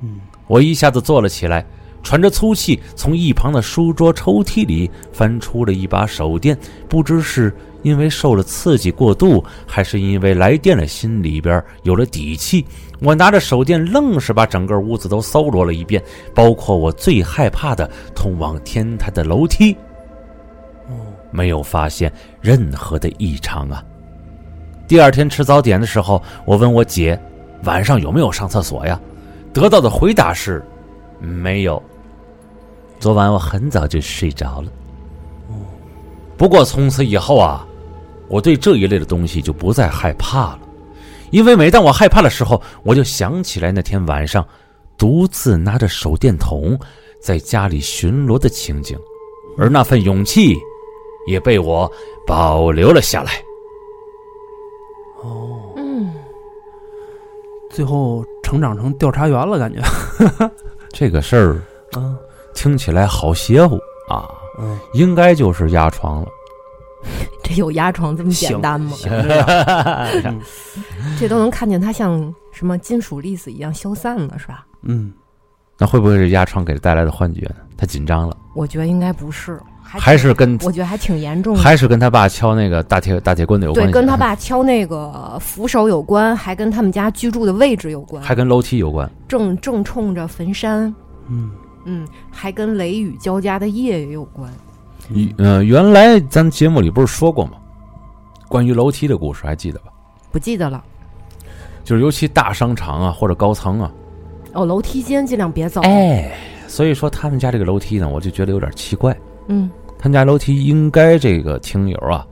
S4: 嗯，
S2: 我一下子坐了起来，喘着粗气，从一旁的书桌抽屉里翻出了一把手电，不知是因为受了刺激过度，还是因为来电的心里边有了底气。我拿着手电，愣是把整个屋子都搜罗了一遍，包括我最害怕的通往天台的楼梯，没有发现任何的异常啊。第二天吃早点的时候，我问我姐晚上有没有上厕所呀，得到的回答是没有。昨晚我很早就睡着了。不过从此以后啊，我对这一类的东西就不再害怕了，因为每当我害怕的时候，我就想起来那天晚上独自拿着手电筒在家里巡逻的情景，而那份勇气也被我保留了下来。
S3: 嗯，
S4: 哦最后成长成调查员了，感觉。
S2: 这个事儿
S4: 嗯
S2: 听起来好邪乎啊，
S4: 嗯，
S2: 应该就是压床了。
S3: 这有压床这么简单吗？
S4: 行这样嗯
S3: 这都能看见它像什么金属粒子一样消散了，是吧？
S4: 嗯，
S2: 那会不会是压床给他带来的幻觉呢？他紧张了，
S3: 我觉得应该不是，还
S2: 还是跟
S3: 我觉得还挺严重的。
S2: 还是跟他爸敲那个大铁大铁棍子有关
S3: 嗯
S2: 系，
S3: 对，
S2: 啊
S3: 跟他爸敲那个扶手有关，还跟他们家居住的位置有关，
S2: 还跟楼梯有关。
S3: 正正冲着坟山，
S4: 嗯，
S3: 嗯，还跟雷雨交加的夜也有关。
S2: 嗯、呃，原来咱节目里不是说过吗？关于楼梯的故事还记得吧？
S3: 不记得了
S2: 就是尤其大商场啊或者高层啊，
S3: 哦，楼梯间尽量别走。，
S2: 哎，所以说他们家这个楼梯呢，我就觉得有点奇怪。
S3: 嗯，
S2: 他们家楼梯应该这个听友啊，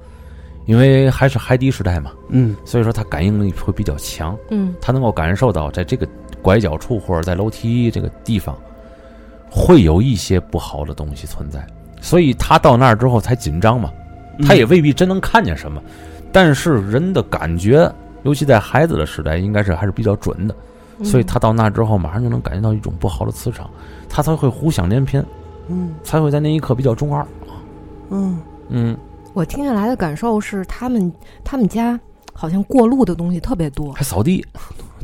S2: 因为还是海底时代嘛，
S4: 嗯
S2: 所以说他感应力会比较强，
S3: 嗯
S2: 他能够感受到在这个拐角处或者在楼梯这个地方，会有一些不好的东西存在，所以他到那儿之后才紧张嘛。
S4: 嗯，
S2: 他也未必真能看见什么，但是人的感觉，尤其在孩子的时代，应该是还是比较准的。
S3: 嗯，
S2: 所以他到那之后，马上就能感觉到一种不好的磁场，他才会胡想连篇，
S4: 嗯
S2: 才会在那一刻比较中二。
S4: 嗯
S2: 嗯，
S3: 我听下来的感受是，他们他们家好像过路的东西特别多，
S2: 还扫地，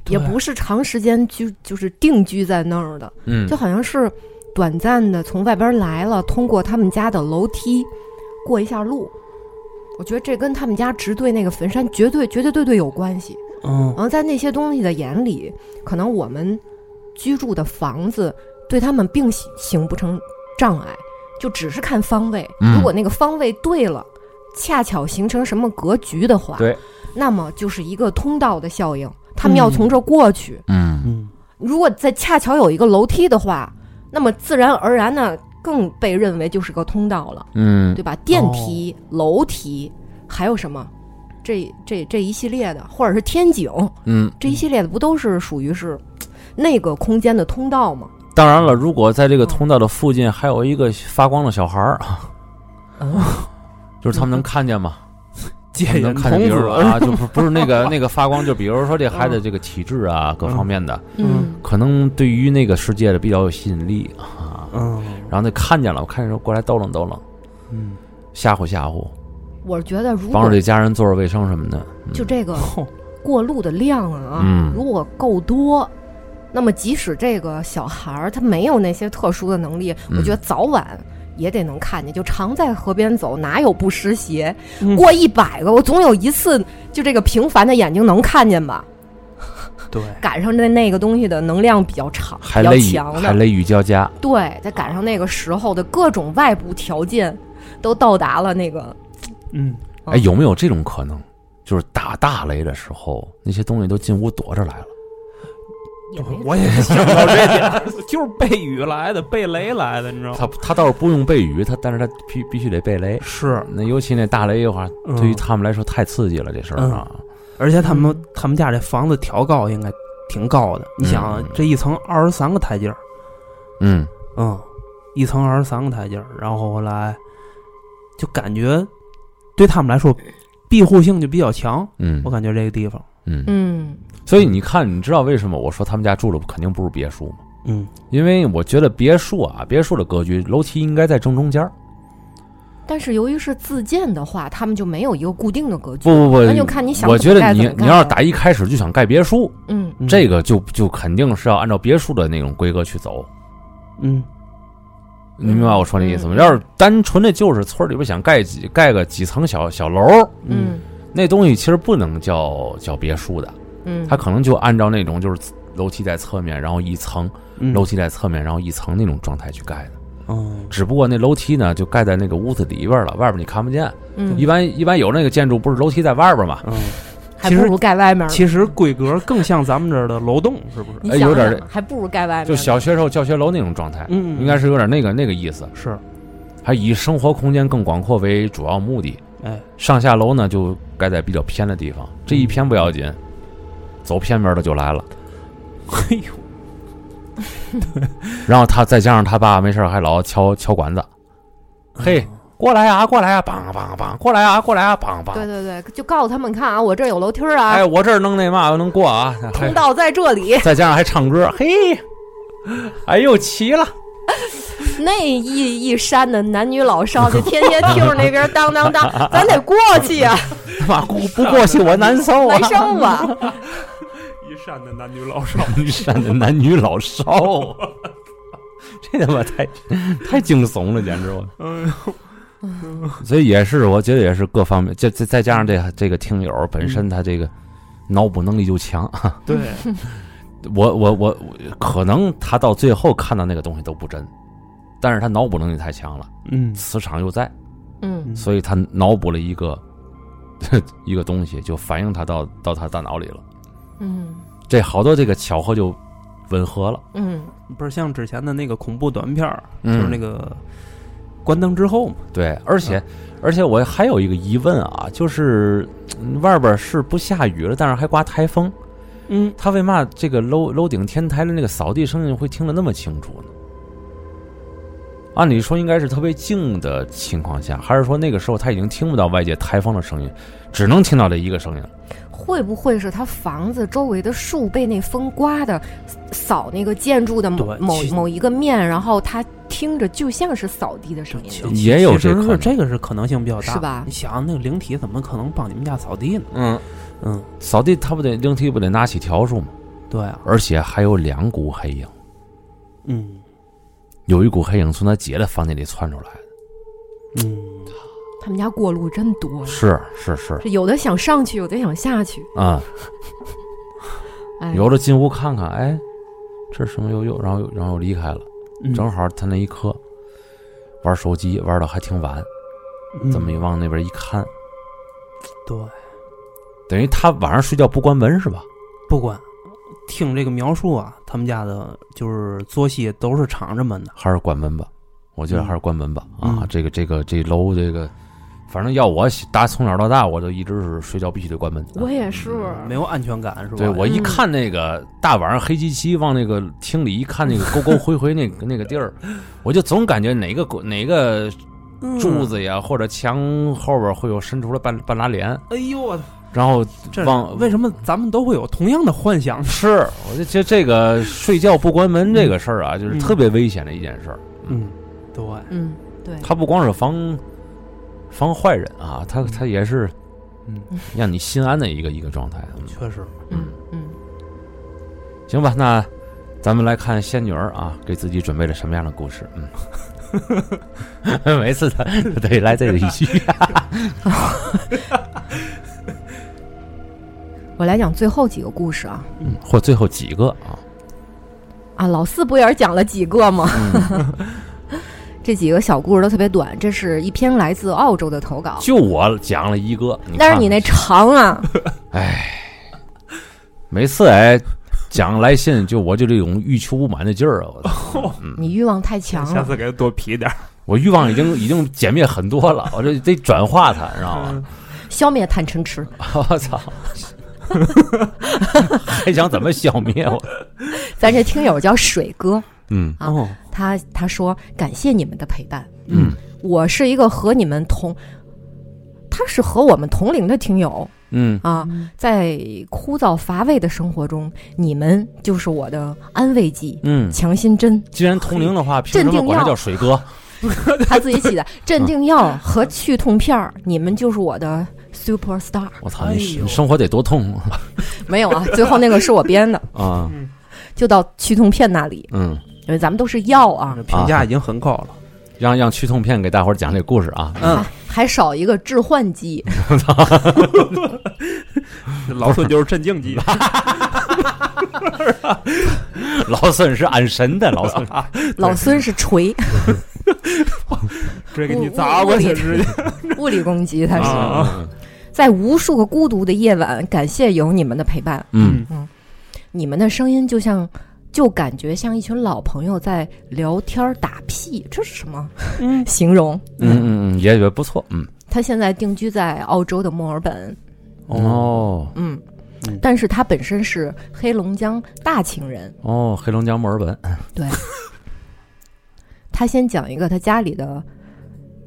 S4: 对
S2: 啊
S3: 也不是长时间居就是定居在那儿的，
S2: 嗯
S3: 就，好像是短暂的从外边来了，通过他们家的楼梯过一下路。我觉得这跟他们家直对那个坟山绝对绝对对对有关系。
S4: 嗯
S3: 然后在那些东西的眼里，可能我们居住的房子对他们并形形不成障碍，就只是看方位。
S2: 嗯
S3: 如果那个方位对了，恰巧形成什么格局的话，
S2: 对，
S3: 那么就是一个通道的效应，他们要从这儿过去。
S2: 嗯，
S4: 嗯
S3: 如果再恰巧有一个楼梯的话，那么自然而然呢，更被认为就是个通道了，
S2: 嗯，
S3: 对吧？电梯、
S2: 哦
S3: 楼梯，还有什么？这这这一系列的，或者是天井，
S2: 嗯。
S3: 这一系列的不都是属于是那个空间的通道吗？
S2: 当然了，如果在这个
S3: 嗯
S2: 通道的附近还有一个发光的小孩儿，
S3: 哦
S2: 就是他们能看见 嘛，他
S4: 戒
S2: 们
S4: 烟
S2: 能看
S4: 童
S2: 见，比
S4: 子
S2: 如啊，就不不是那个那个发光，就比如说这
S3: 嗯
S2: 孩子这个体质啊，各方面的，
S4: 嗯
S2: 可能对于那个世界的比较有吸引力啊。
S4: 嗯
S2: 然后他看见了，我看见说过来逗弄逗弄，
S4: 嗯，
S2: 吓唬吓唬，
S3: 我觉得如
S2: 帮
S3: 果
S2: 着这家人做做卫生什么的。嗯
S3: 就这个
S4: 哦
S3: 过路的量啊，
S2: 嗯
S3: 如果够多，那么即使这个小孩儿他没有那些特殊的能力，
S2: 嗯
S3: 我觉得早晚也得能看见。就常在河边走，哪有不湿鞋？
S4: 嗯
S3: 过一百个，我总有一次就这个平凡的眼睛能看见吧？
S4: 对，
S3: 赶上那那个东西的能量比较长、
S2: 还
S3: 比较
S2: 雷雨
S3: 强
S2: 还
S3: 的，
S2: 雷雨交加，
S3: 对，再赶上那个时候的各种外部条件都到达了那个，
S4: 嗯
S3: 嗯
S2: 哎，有没有这种可能？就是打大雷的时候，那些东西都进屋躲着来了。
S3: 也没
S4: 我 也想到这点儿， 就是被雨来的，被雷来的，你知道吗？
S2: 他他倒是不用背雨，他但是他必必须得背雷。
S4: 是，
S2: 那尤其那大雷的话，
S4: 嗯
S2: 对于他们来说太刺激了，这事儿啊。
S4: 而且他们
S3: 嗯
S4: 他们家这房子调高应该挺高的，你想啊
S2: 嗯
S4: 这一层二十三个台阶儿，
S2: 嗯，
S4: 嗯，一层二十三个台阶儿，然后后来就感觉对他们来说庇护性就比较强，
S2: 嗯
S4: 我感觉这个地方，
S2: 嗯，
S3: 嗯
S2: 所以你看，你知道为什么我说他们家住的肯定不是别墅吗？
S4: 嗯
S2: 因为我觉得别墅啊，别墅的格局，楼梯应该在正中间儿。
S3: 但是由于是自建的话，他们就没有一个固定的格局，
S2: 不不不，
S3: 那就看你想
S2: 我
S3: 怎
S2: 觉
S3: 么
S2: 得
S3: 盖
S2: 你
S3: 怎么盖
S2: 你要是
S3: 了
S2: 打一开始就想盖别墅，
S3: 嗯
S4: 嗯
S2: 这个就就肯定是要按照别墅的那种规格去走。
S4: 嗯
S2: 你明白我说那意思吗？
S3: 嗯
S2: 要是单纯的就是村里边想盖几盖个几层小小楼，
S3: 嗯
S2: 那东西其实不能叫叫别墅的，
S3: 嗯
S2: 它可能就按照那种就是楼梯在侧面，然后一层
S4: 嗯
S2: 楼梯在侧面，然后一层那种状态去盖的。
S4: 嗯
S2: 只不过那楼梯呢，就盖在那个屋子里边了，外边你看不见。
S3: 嗯
S2: 一，般一般有那个建筑不是楼梯在外边嘛？
S4: 嗯，
S3: 还不如盖外面呢。
S4: 其实规格更像咱们这儿的楼栋，是不是？
S3: 你
S2: 哎
S3: 想
S2: 有点
S3: 想还不如盖外面呢。
S2: 就小学时候教学楼那种状态，
S4: 嗯
S2: 应该是有点那个那个意思。
S4: 是，
S2: 还以生活空间更广阔为主要目的。
S4: 哎，
S2: 上下楼呢就盖在比较偏的地方，这一偏不要紧，走偏边的就来了。
S4: 哎呦，
S2: 然后他再加上他爸没事儿还老敲敲管子，嘿，过来呀、过来呀、梆梆梆，过来呀、过来呀、梆
S3: 对
S2: 梆。
S3: 对对，就告诉他们看啊，我这儿有楼梯儿啊
S2: 哎，，我这儿能那嘛能过啊，还
S3: 通道在这里。
S2: 再加上还唱歌，嘿，哎呦齐了，
S3: 那一一山的男女老少就天天听着那边当 当当，咱得过去啊呀、
S2: 他妈不不过去我难受啊
S3: 难！受啊！
S4: 一善的男女老少，
S2: 山的男女老少，啊 这他妈太太惊悚了，简直我。
S4: 嗯，
S2: 所以也是，我觉得也是各方面，再再再加上这这个听友本身他这个脑补能力就强，
S4: 对，嗯
S2: 我我我我可能他到最后看到那个东西都不真，但是他脑补能力太强了，
S4: 嗯，
S2: 磁场又在，
S3: 嗯
S2: 所以他脑补了一个 一个东西，就反映他到到他大脑里了。
S3: 嗯
S2: 这好多这个巧合就吻合了，
S3: 嗯
S4: 不是像之前的那个恐怖短片儿，就
S2: 嗯
S4: 是那个关灯之后嘛，
S2: 对，而且、而且我还有一个疑问啊，就是嗯外边是不下雨了，但是还刮台风。
S4: 嗯，
S2: 他为嘛这个楼楼顶天台的那个扫地声音会听得那么清楚呢？按理说应该是特别静的情况下，还是说那个时候他已经听不到外界台风的声音，只能听到这一个声音？
S3: 会不会是他房子周围的树被那风刮的，扫那个建筑的某
S4: 对
S3: 某
S4: 其
S3: 某一个面，然后他听着就像是扫地的声音呢？
S4: 其
S2: 也有
S4: 其
S2: 这
S4: 实
S2: 可
S4: 是
S2: 能
S4: 这个是可能性比较大，
S3: 是吧
S4: 你想，那个灵体怎么可能帮你们家扫地呢？
S2: 嗯，
S4: 嗯，
S2: 扫地他不得灵体不得拿起笤帚吗？
S4: 对啊，
S2: 而且还有两股黑影，
S4: 嗯
S2: 有一股黑影从他姐的房间里窜出来的，
S4: 嗯，
S3: 他们家过路真多呀，
S2: 是是是，
S3: 是有的想上去，有的想下去。
S2: 啊、
S4: 嗯
S3: 哎，
S2: 有的进屋看看，哎，这是什么悠悠，然后又然后又离开了，
S4: 嗯
S2: 正好他那一刻玩手机玩的还挺晚，这么一
S4: 嗯
S2: 往那边一看，
S4: 对，
S2: 等于他晚上睡觉不关门是吧？
S4: 不管听这个描述啊，他们家的就是作息都是敞着门的，
S2: 还是关门吧？我觉得还是关门吧。啊
S4: 嗯，
S2: 这个这个这楼这个，反正要我打从小到大，我就一直是睡觉必须得关门。啊
S3: 我也是，
S4: 没有安全感是吧？
S2: 对我一看那个大晚上黑漆漆往那个厅里一看，那个勾勾回回那个 那个地儿，我就总感觉哪个狗哪个
S4: 嗯
S2: 柱，子呀，或者墙后边会有伸出了半半拉脸，
S4: 哎呦我操，
S2: 然后
S4: 这
S2: 往
S4: 为什么咱们都会有同样的幻想？
S2: 是，我就觉得这个睡觉不关门这个事儿啊，就是特别危险的一件事儿。
S4: 嗯，对，
S3: 嗯，对，
S2: 他不光是防防坏人啊，他他也是，嗯，让你心安的一个一个状态。嗯
S4: 确实，
S3: 嗯嗯
S2: 行吧，那咱们来看仙女儿啊，给自己准备了什么样的故事？嗯， 每次他得来这一句，啊
S3: 我来讲最后几个故事啊。
S2: 或最后几个啊，
S3: 啊，老四不也是讲了几个吗？
S4: 嗯
S3: 这几个小故事都特别短，这是一篇来自澳洲的投稿，
S4: 嗯
S2: 就我讲了一个，你
S3: 但是
S2: 看
S3: 你那长啊，
S2: 每次哎讲来信，就我就这种欲求不满的劲儿啊，我操
S4: 嗯
S3: 你欲望太强了。
S4: 次给他多皮点儿。
S2: 我欲望已经已经减灭很多了，我这得转化它，你知道吗？
S3: 消灭贪嗔痴，
S2: 我操！还想怎么消灭我？
S3: 咱这听友叫水哥，
S2: 嗯
S3: 啊
S4: 哦，
S3: 他他说感谢你们的陪伴，
S2: 嗯
S3: 我是一个和你们同，他是和我们同龄的听友
S2: 嗯，
S3: 啊，在枯燥乏味的生活中，你们就是我的安慰剂、
S2: 嗯，
S3: 强心针，
S2: 既然同龄的话，凭什么管他叫水哥？
S3: 他自己起的镇定药和去痛片儿，你们就是我的 super star。
S2: 我操，你
S4: 哎呦
S2: 你生活得多 痛苦
S3: 没有啊，最后那个是我编的，
S2: 啊！
S3: 就到去痛片那里，
S2: 嗯，
S3: 因为咱们都是药啊
S4: 嗯这。评价已经很高了。
S2: 让让驱痛片给大伙儿讲这故事啊，
S4: 嗯，
S3: 还少一个致幻剂，
S4: 老孙就是镇 静剂，
S2: 老孙是安神的，老孙
S3: 老孙是锤，
S4: 直接给你砸过去，直接
S3: 物理攻击他
S4: 啊
S3: 是。
S2: 嗯
S3: 在无数个孤独的夜晚，感谢有你们的陪伴，
S2: 嗯，
S3: 你们的声音就像。就感觉像一群老朋友在聊天儿打屁，这是什么
S4: 嗯
S3: 形容？
S2: 嗯嗯嗯，也觉得不错，嗯
S3: 他现在定居在澳洲的墨尔本，
S2: 哦
S3: 嗯
S4: 嗯，
S3: 但是他本身是黑龙江大庆人。
S2: 哦，黑龙江墨尔本，
S3: 他先讲一个他家里的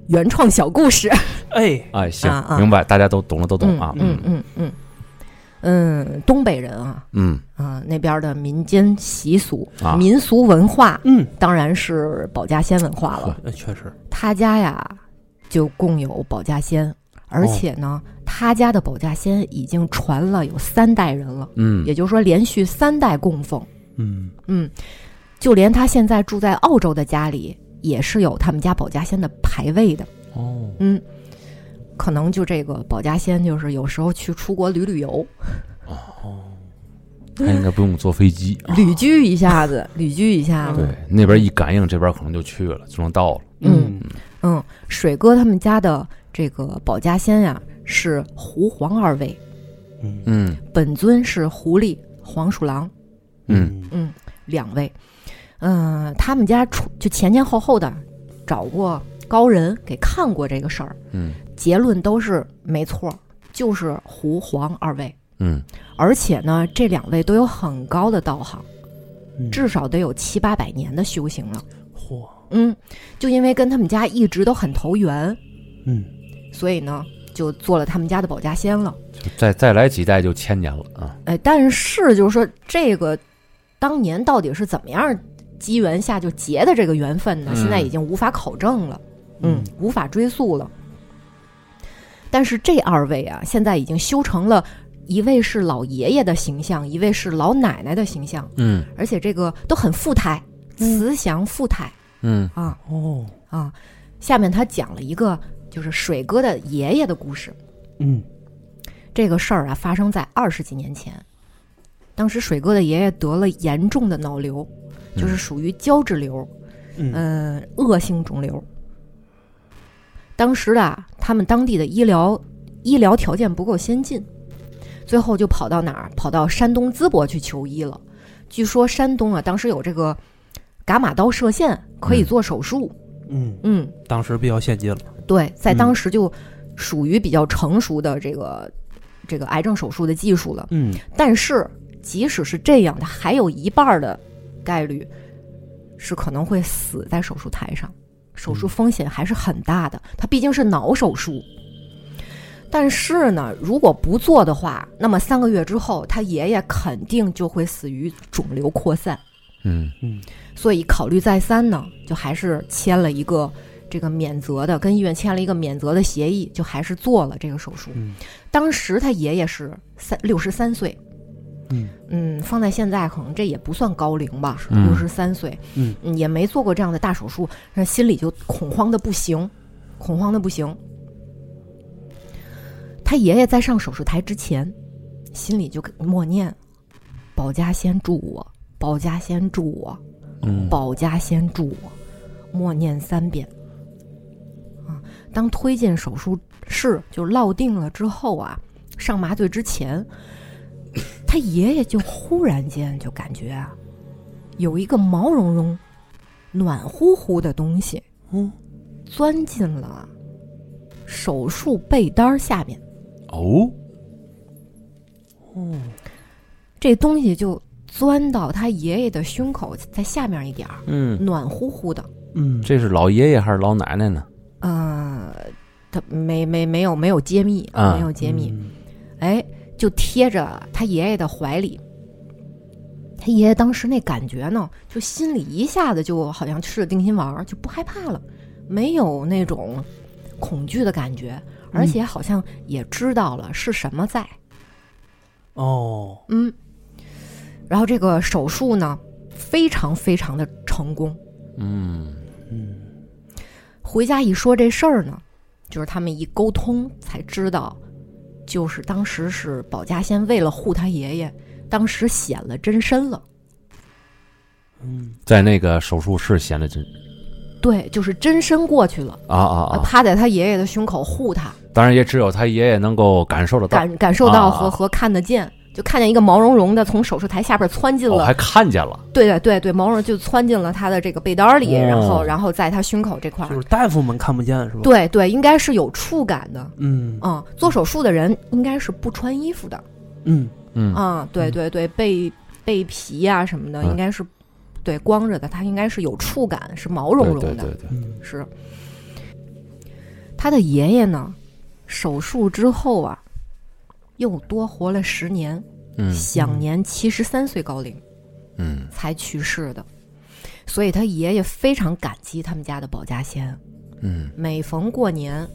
S3: 原创小故事，
S4: 哎，
S2: 哎，行
S3: 啊，啊
S2: 明白，大家都懂了，都懂啊，
S3: 嗯嗯嗯嗯嗯，东北人啊
S2: 嗯
S3: 啊那边的民间习俗、
S2: 啊
S3: 民俗文化，
S4: 嗯，
S3: 当然是保家仙文化了。
S4: 呃确实，
S3: 他家呀就供有保家仙，而且呢，
S2: 哦
S3: 他家的保家仙已经传了有三代人了，
S2: 嗯
S3: 也就是说连续三代供奉。
S4: 嗯，
S3: 嗯，就连他现在住在澳洲的家里，也是有他们家保家仙的牌位的。
S2: 哦，
S3: 嗯，可能就这个保家仙，就是有时候去出国旅旅游、
S2: 他应该不用坐飞机啊，
S3: 旅居一 下子，旅居一下
S2: 对
S3: 子。，
S2: 那边一感应，这边可能就去了，就能到了，
S3: 嗯，嗯，水哥他们家的这个保家仙呀、是狐黄二位，
S4: 嗯
S2: 嗯
S3: 本尊是狐狸、黄鼠狼
S2: 嗯
S3: 嗯两位。嗯、他们家出就前前后后的找过高人给看过这个事儿，
S2: 嗯
S3: 结论都是没错，就是狐黄二位。
S2: 嗯，
S3: 而且呢，这两位都有很高的道行，
S4: 嗯
S3: 至少得有七八百年的修行了。
S4: 嚯，
S3: 嗯，就因为跟他们家一直都很投缘，
S4: 嗯，
S3: 所以呢，就做了他们家的保家仙了。
S2: 就再再来几代就千年了啊，
S3: 哎，但是就是说，这个当年到底是怎么样机缘下就结的这个缘分呢？
S2: 嗯
S3: 现在已经无法考证了，嗯，无法追溯了。但是这二位啊，现在已经修成了一位是老爷爷的形象，一位是老奶奶的形象。
S2: 嗯
S3: 而且这个都很富态，慈祥富态
S2: 嗯
S3: 啊
S4: 哦，
S3: 啊。下面他讲了一个就是水哥的爷爷的故事。
S4: 嗯
S3: 这个事儿啊，发生在二十几年前，当时水哥的爷爷得了严重的脑瘤，就是属于胶质瘤，
S4: 嗯
S3: 嗯、恶性肿瘤。当时啊，他们当地的医疗医疗条件不够先进，最后就跑到哪儿？跑到山东淄博去求医了。据说山东啊，当时有这个伽马刀射线可以
S2: 嗯
S3: 做手术，
S4: 嗯，
S3: 嗯
S4: 当时比较先进了，
S3: 对，在
S4: 嗯
S3: 当时就属于比较成熟的这个这个癌症手术的技术了。
S4: 嗯
S3: 但是即使是这样，他还有一半儿的概率是可能会死在手术台上，手术风险还是很大的。它毕竟是脑手术。但是呢，如果不做的话，那么三个月之后，他爷爷肯定就会死于肿瘤扩散。
S2: 嗯
S4: 嗯
S3: 所以考虑再三呢，就还是签了一个这个免责的，跟医院签了一个免责的协议，就还是做了这个手术。
S4: 嗯
S3: 当时他爷爷是三六十三岁，
S4: 嗯
S3: 嗯，放在现在可能这也不算高龄吧，
S2: 嗯
S3: 六十三岁，
S4: 嗯
S3: 也没做过这样的大手术，那心里就恐慌的不行，恐慌的不行。他爷爷在上手术台之前，心里就默念：“保家仙助我，保家仙助我，
S2: 嗯，
S3: 保家仙助我，默念三遍。啊，当推进手术室就落定了之后啊，上麻醉之前， 他爷爷就忽然间就感觉啊，有一个毛茸茸、暖乎乎的东西
S4: 嗯，
S3: 钻进了手术被单儿下面，
S2: 哦，
S3: 这东西就钻到他爷爷的胸口，在下面一点儿，
S2: 嗯，
S3: 暖乎乎的。
S4: 嗯，
S2: 这是老爷爷还是老奶奶呢？
S3: 呃，他没没没有没有揭秘，
S2: 啊
S3: 没有揭
S4: 嗯
S3: 秘，，哎，就贴着他爷爷的怀里。他爷爷当时那感觉呢，就心里一下子就好像吃了定心丸儿，就不害怕了，没有那种恐惧的感觉，而且好像也知道了是什么在，
S4: 哦，
S3: 嗯。然后这个手术呢，非常非常的成功，
S2: 嗯
S4: 嗯
S3: 回家一说这事儿呢，就是他们一沟通才知道，就是当时是保家仙为了护他爷爷，当时显了真身了。
S4: 嗯，
S2: 在那个手术室闲了真
S3: 对，就是真身过去了，
S2: 啊啊啊！
S3: 趴在他爷爷的胸口护他，
S2: 当然也只有他爷爷能够感受得到，
S3: 感感受到
S2: 啊
S3: 和、
S2: 啊
S3: 和看得见，就看见一个毛茸茸的从手术台下边窜进
S2: 我、
S3: 了，
S2: 哦还看见了，
S3: 对对对对，毛茸就窜进了他的这个被单里，
S2: 哦
S3: 然后然后在他胸口这块儿
S4: 就，是大夫们看不见是吧？，
S3: 对对，应该是有触感的。
S4: 嗯
S3: 嗯，做手术的人应该是不穿衣服的。
S4: 嗯，
S2: 嗯，
S3: 嗯，对对对，被被皮呀、什么的，
S2: 嗯
S3: 应该是对光着的，它应该是有触感，是毛茸茸的。
S2: 对对对对，
S4: 嗯
S3: 是。他的爷爷呢，手术之后啊，又多活了十年，
S2: 嗯
S3: 享年七十三岁高龄
S2: 嗯
S3: 才去世的，所以他爷爷非常感激他们家的保家仙，
S2: 嗯
S3: 每逢过年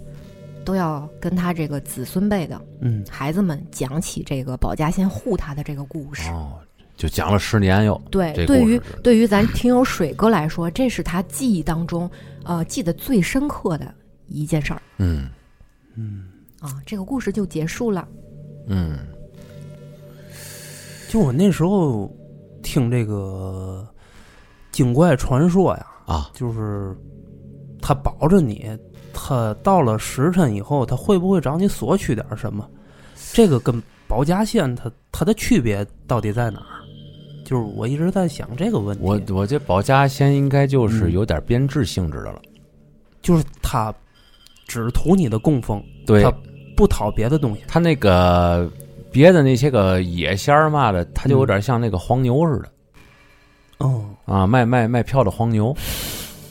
S3: 都要跟他这个子孙辈的
S4: 嗯，
S3: 孩子们讲起这个保家仙护他的这个故事。
S2: 哦，就讲了十年又，
S3: 对
S2: 这，
S3: 对
S2: 故
S3: 于
S2: 事是
S3: 对于咱听友水哥来说，这是他记忆当中呃记得最深刻的一件事儿
S2: 嗯
S3: 啊。这个故事就结束了。
S2: 嗯
S4: 就我那时候听这个精怪传说呀，
S2: 啊
S4: 就是他保着你，他到了时辰以后，他会不会找你索取点儿什么？这个跟保家仙它它的区别到底在哪儿？就是我一直在想这个问题。
S2: 我我这保家仙应该就是
S4: 嗯
S2: 有点编制性质的了，
S4: 就是他只图你的供奉，
S2: 对
S4: 他不讨别的东西。
S2: 他那个别的那些个野仙儿嘛的，他就有点像那个黄牛似的、
S4: 哦，
S2: 啊，卖卖卖票的黄牛，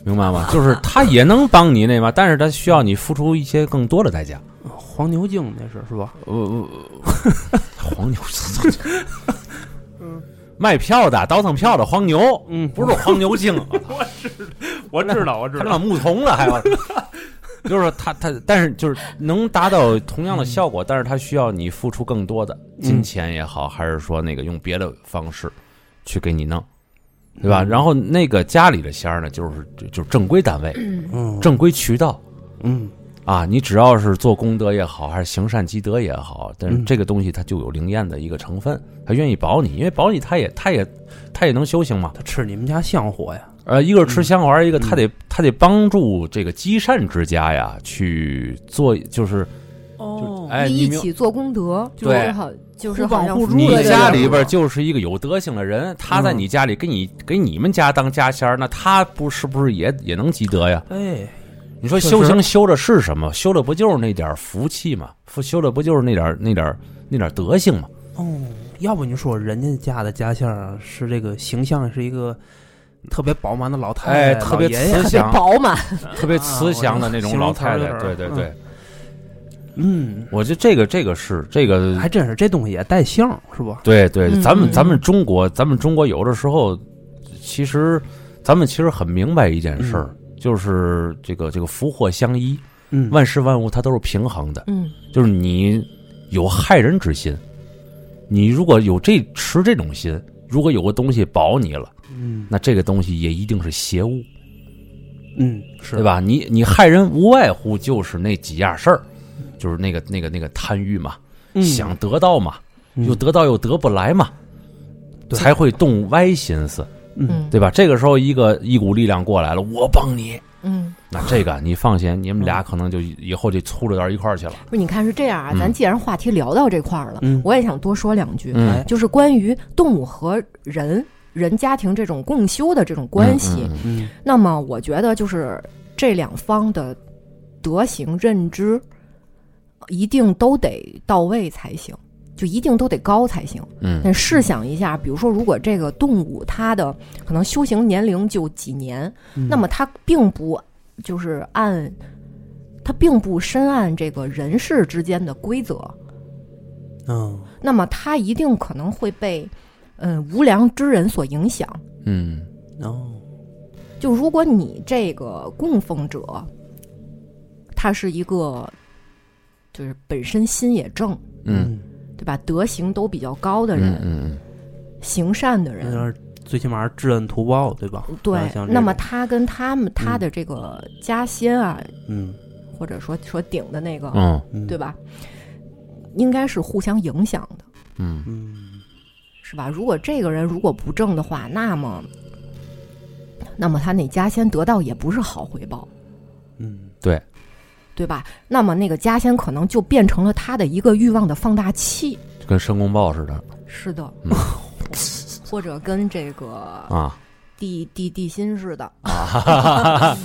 S2: 明白吗？就是他也能帮你那嘛，但是他需要你付出一些更多的代价。
S4: 黄牛精那是是吧？
S2: 呃，呃呃黄牛， 卖票的、倒腾票的黄牛，
S4: 嗯，
S2: 不是黄牛精，
S4: 我
S2: 知
S4: 道，我
S2: 他他妈牧童了 还要。就是说他他，但是就是能达到同样的效果，但是他需要你付出更多的
S4: 嗯
S2: 金钱也好，还是说那个用别的方式去给你弄，对
S4: 嗯
S2: 吧？然后那个家里的仙儿呢，就是就就正规单位、
S4: 嗯
S2: 正规渠道
S4: 嗯
S2: 啊，你只要是做功德也好，还是行善积德也好，但是
S4: 嗯
S2: 这个东西它就有灵验的一个成分，他愿意保你，因为保你他也他也他也能修行嘛。
S4: 他吃你们家香火呀。
S2: 呃，一个是吃香丸，一个他得他得帮助这个积善之家呀去做，就是
S4: 哦
S2: 哎，
S3: 一
S2: 你明
S3: 起做功德，就
S2: 对
S3: 是好，就是
S4: 互
S3: 好
S4: 帮
S3: 像
S4: 互助
S2: 你
S4: 的
S3: 对对
S2: 家
S3: 对
S2: 里边就是一个有德行的人，他在你家里给你给你们家当家仙儿，那他不是不是也也能积德呀？
S4: 哎，
S2: 你说
S4: 确
S2: 修
S4: 实
S2: 行修的是什么？修的不就是那点儿福气嘛？福修的不就是那点儿那点儿那点儿德行嘛？
S4: 哦，要不你说人家家的家相儿是这个形象是一个特别饱满的老太太，
S2: 哎，
S4: 老
S2: 特别
S4: 爷爷
S2: 慈
S3: 特别
S2: 祥，
S3: 饱满，
S2: 特别
S4: 啊
S2: 慈祥的那种老太太
S4: 啊我，
S2: 对
S4: 这
S2: 对
S4: 形容词儿有点儿
S2: 对，
S4: 嗯，
S2: 我觉得这个这个是这个
S4: 还真是这东西也带相儿是吧？
S2: 对对，
S3: 嗯
S2: 咱们
S3: 嗯
S2: 咱们中国，咱们中国有的时候，其实咱们其实很明白一件事
S3: 嗯
S2: 儿，就是这个这个福祸相依，
S4: 嗯，
S2: 万事万物它都是平衡的，
S3: 嗯，
S2: 就是你有害人之心，你如果有这持这种心，如果有个东西保你了，
S4: 嗯
S2: 那这个东西也一定是邪物，
S4: 嗯是
S2: 对？吧？你你害人无外乎就是那几样事儿，就是那个那个那个贪欲嘛，
S4: 嗯
S2: 想得到嘛，
S4: 嗯
S2: 又得到又得不来嘛，
S4: 对
S2: 才会动歪心思，
S4: 嗯
S3: 嗯
S2: 对吧？这个时候一个一股力量过来了，我帮你，
S3: 嗯，
S2: 那这个你放心，你们俩可能就以后就粗着到一块儿去了。
S3: 不是，你看是这样啊，
S2: 嗯
S3: 咱既然话题聊到这块儿了，
S4: 嗯
S3: 我也想多说两句，
S2: 嗯
S4: 哎
S3: 就是关于动物和人人家庭这种共修的这种关系。
S2: 嗯嗯
S4: 嗯
S3: 那么，我觉得就是这两方的德行认知一定都得到位才行，就一定都得高才行。
S2: 嗯嗯
S3: 但试想一下，比如说，如果这个动物它的可能修行年龄就几年，
S4: 嗯
S3: 那么它并不就是按它并不深谙这个人世之间的规则，
S4: 嗯
S3: 那么它一定可能会被嗯无良之人所影响。
S2: 嗯
S4: 哦
S3: 就如果你这个供奉者，他是一个就是本身心也正，
S2: 嗯
S3: 对吧？德行都比较高的
S2: 嗯
S3: 人，
S2: 嗯
S3: 行善的
S4: 嗯有
S3: 人，
S4: 点最起码是知恩图报，对
S2: 嗯
S4: 吧？
S3: 对
S4: 啊像，这
S3: 那么
S4: 种
S3: 他跟他们他的这个家仙啊，
S4: 嗯
S3: 或者说说顶的那个，
S2: 嗯
S4: 嗯，
S3: 对吧？应该是互相影响的，
S2: 嗯，
S4: 嗯
S3: 是吧？如果这个人如果不正的话，那么，那么他那家仙得到也不是好回报，
S4: 嗯
S2: 对，
S3: 对吧？那么那个家仙可能就变成了他的一个欲望的放大器，
S2: 就嗯跟申公豹似的
S3: 是的，
S2: 嗯
S3: 或者跟这个
S2: 啊，
S3: 地地地心似的，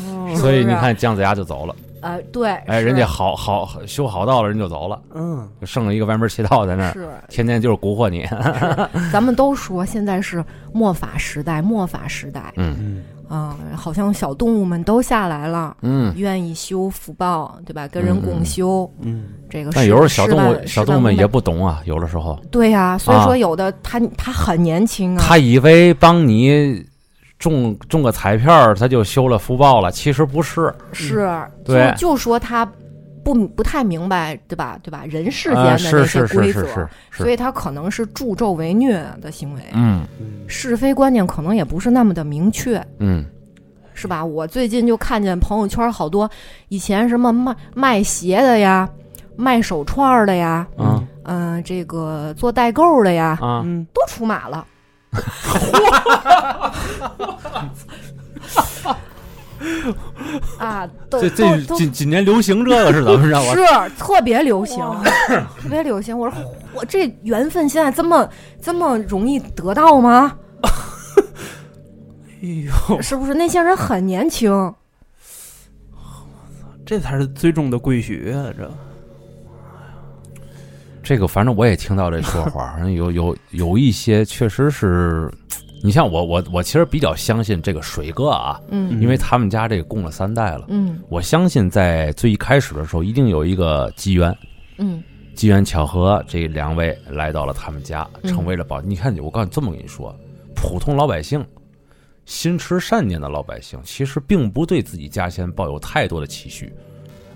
S3: 嗯
S2: 所
S3: 啊
S2: 以你看姜子牙就走了，
S3: 呃，对，
S2: 哎，
S3: 是
S2: 人家好好修好道了，人就走了，
S4: 嗯
S2: 就剩了一个歪门邪道在那儿，
S3: 是
S2: 天天就是蛊惑你，
S3: 咱们都说现在是末法时代，末法时代
S2: 嗯
S4: 嗯
S3: 啊、好像小动物们都下来了，
S2: 嗯。
S3: 愿意修福报，对吧？跟人
S2: 嗯嗯
S3: 共修，
S4: 嗯
S3: 这个
S2: 但
S3: 事
S2: 有时候小
S3: 事
S2: 动
S3: 半
S2: 物小
S3: 事半
S2: 动物们
S3: 功
S2: 也
S3: 倍
S2: 不懂啊，有的时候
S3: 对呀、所以
S2: 啊
S3: 说有的他、他很年轻啊，
S2: 他以为帮你中中个彩票儿，他就修了福报了，其实不是，
S3: 是
S2: 嗯对
S3: 就就说他不不太明白，对吧？对吧？人世间
S2: 啊，
S3: 的
S2: 是
S3: 那些
S2: 是是
S3: 规则，
S2: 是是
S3: 所
S2: 是，
S3: 以他可能是助纣为虐的行为，
S2: 嗯
S4: 嗯
S3: 是非观念可能也不是那么的明确。
S2: 嗯，
S3: 是吧？我最近就看见朋友圈好多以前什么卖卖鞋的呀，卖手串儿的呀，
S2: 啊
S3: 嗯、这个做代购的呀，
S2: 啊，
S4: 嗯
S3: 都出 马了。 啊，都
S2: 这
S3: 都
S2: 这
S3: 都
S2: 几几年流行这个是怎么着？啊我
S3: 是特别流行，特别流行。我说我这缘分现在这么这么容易得到吗？
S4: 哎呦，
S3: 是不是那些人很年轻？
S4: 这才是最终的规矩啊！这
S2: 这个反正我也听到这说 法儿，有有有一些确实是，你像我我我其实比较相信这个水哥啊，
S3: 嗯
S2: 因为他们家这个供了三代了，
S3: 嗯
S2: 我相信在最一开始的时候一定有一个机缘。
S3: 嗯
S2: 机缘巧合，这两位来到了他们家，
S3: 嗯
S2: 成为了保。你看，我告诉你，这么跟你说，普通老百姓，心持善念的老百姓，其实并不对自己家先抱有太多的期许。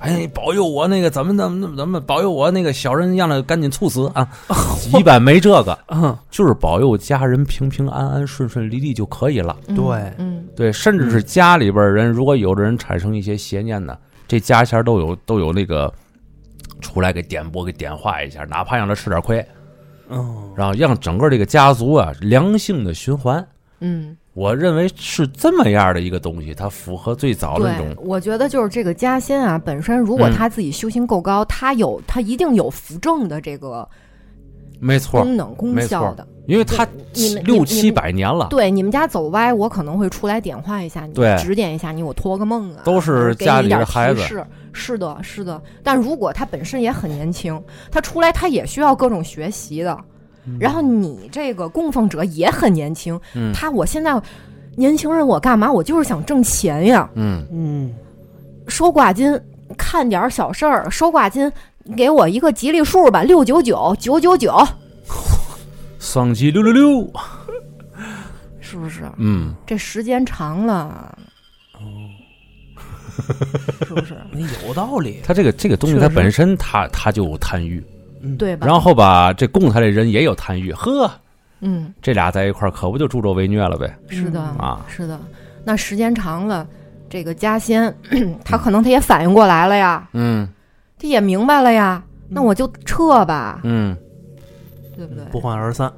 S2: 哎，保佑我那个怎么怎么怎么怎么，保佑我那个小人让他赶紧猝死啊！一般没这个，
S4: 嗯
S2: 就是保佑家人平平安安、顺顺利利就可以了。
S3: 嗯，
S4: 对
S3: 嗯
S2: 对，甚至是家里边人，如果有的人产生一些邪念呢，这家仙儿都有都有那个出来给点拨、给点化一下，哪怕让他吃点亏，
S4: 嗯
S2: 然后让整个这个家族啊良性的循环。
S3: 嗯，
S2: 我认为是这么样的一个东西，它符合最早的那
S3: 对
S2: 种，
S3: 我觉得就是这个嘉仙啊，本身如果
S2: 嗯
S3: 他自己修行够高，他有他一定有扶正的这个
S2: 没错，
S3: 功能功
S2: 没
S3: 效
S2: 错
S3: 的。，
S2: 因为它
S3: 嗯你们
S2: 六
S3: 你
S2: 七
S3: 们
S2: 百年了，
S3: 对你们家走歪，我可能会出来点化一下你，
S2: 对
S3: 指点一下你，我托个梦啊，
S2: 都是
S3: 给
S2: 家
S3: 你
S2: 里
S3: 一点
S2: 的孩子
S3: 提示。是的，是的。但如果他本身也很年轻，他出来他也需要各种学习的。然后你这个供奉者也很年轻，
S2: 嗯
S3: 他我现在年轻人我干嘛？我就是想挣钱呀，
S2: 嗯，
S4: 嗯
S3: 收挂金，看点儿小事儿，收挂金，给我一个吉利数吧，六九九九九九，
S2: 双击六六六，
S3: 是不是？
S2: 嗯，
S3: 这时间长了，哦，是 不是？
S4: 那有道理，
S2: 它这个这个东西
S3: 确
S2: 它
S3: 实
S2: 本身它它就有贪欲，
S3: 对吧？
S2: 然后吧，这供他的人也有贪欲，呵，
S3: 嗯，
S2: 这俩在一块儿可不就助纣为虐了呗？
S3: 是的，
S4: 嗯
S2: 啊
S3: 是的。那时间长了，这个嘉仙 他可能他也反应过来了呀，
S2: 嗯
S3: 他也明白了呀，那我就撤吧，
S2: 嗯，
S3: 对不对？
S4: 不欢而散。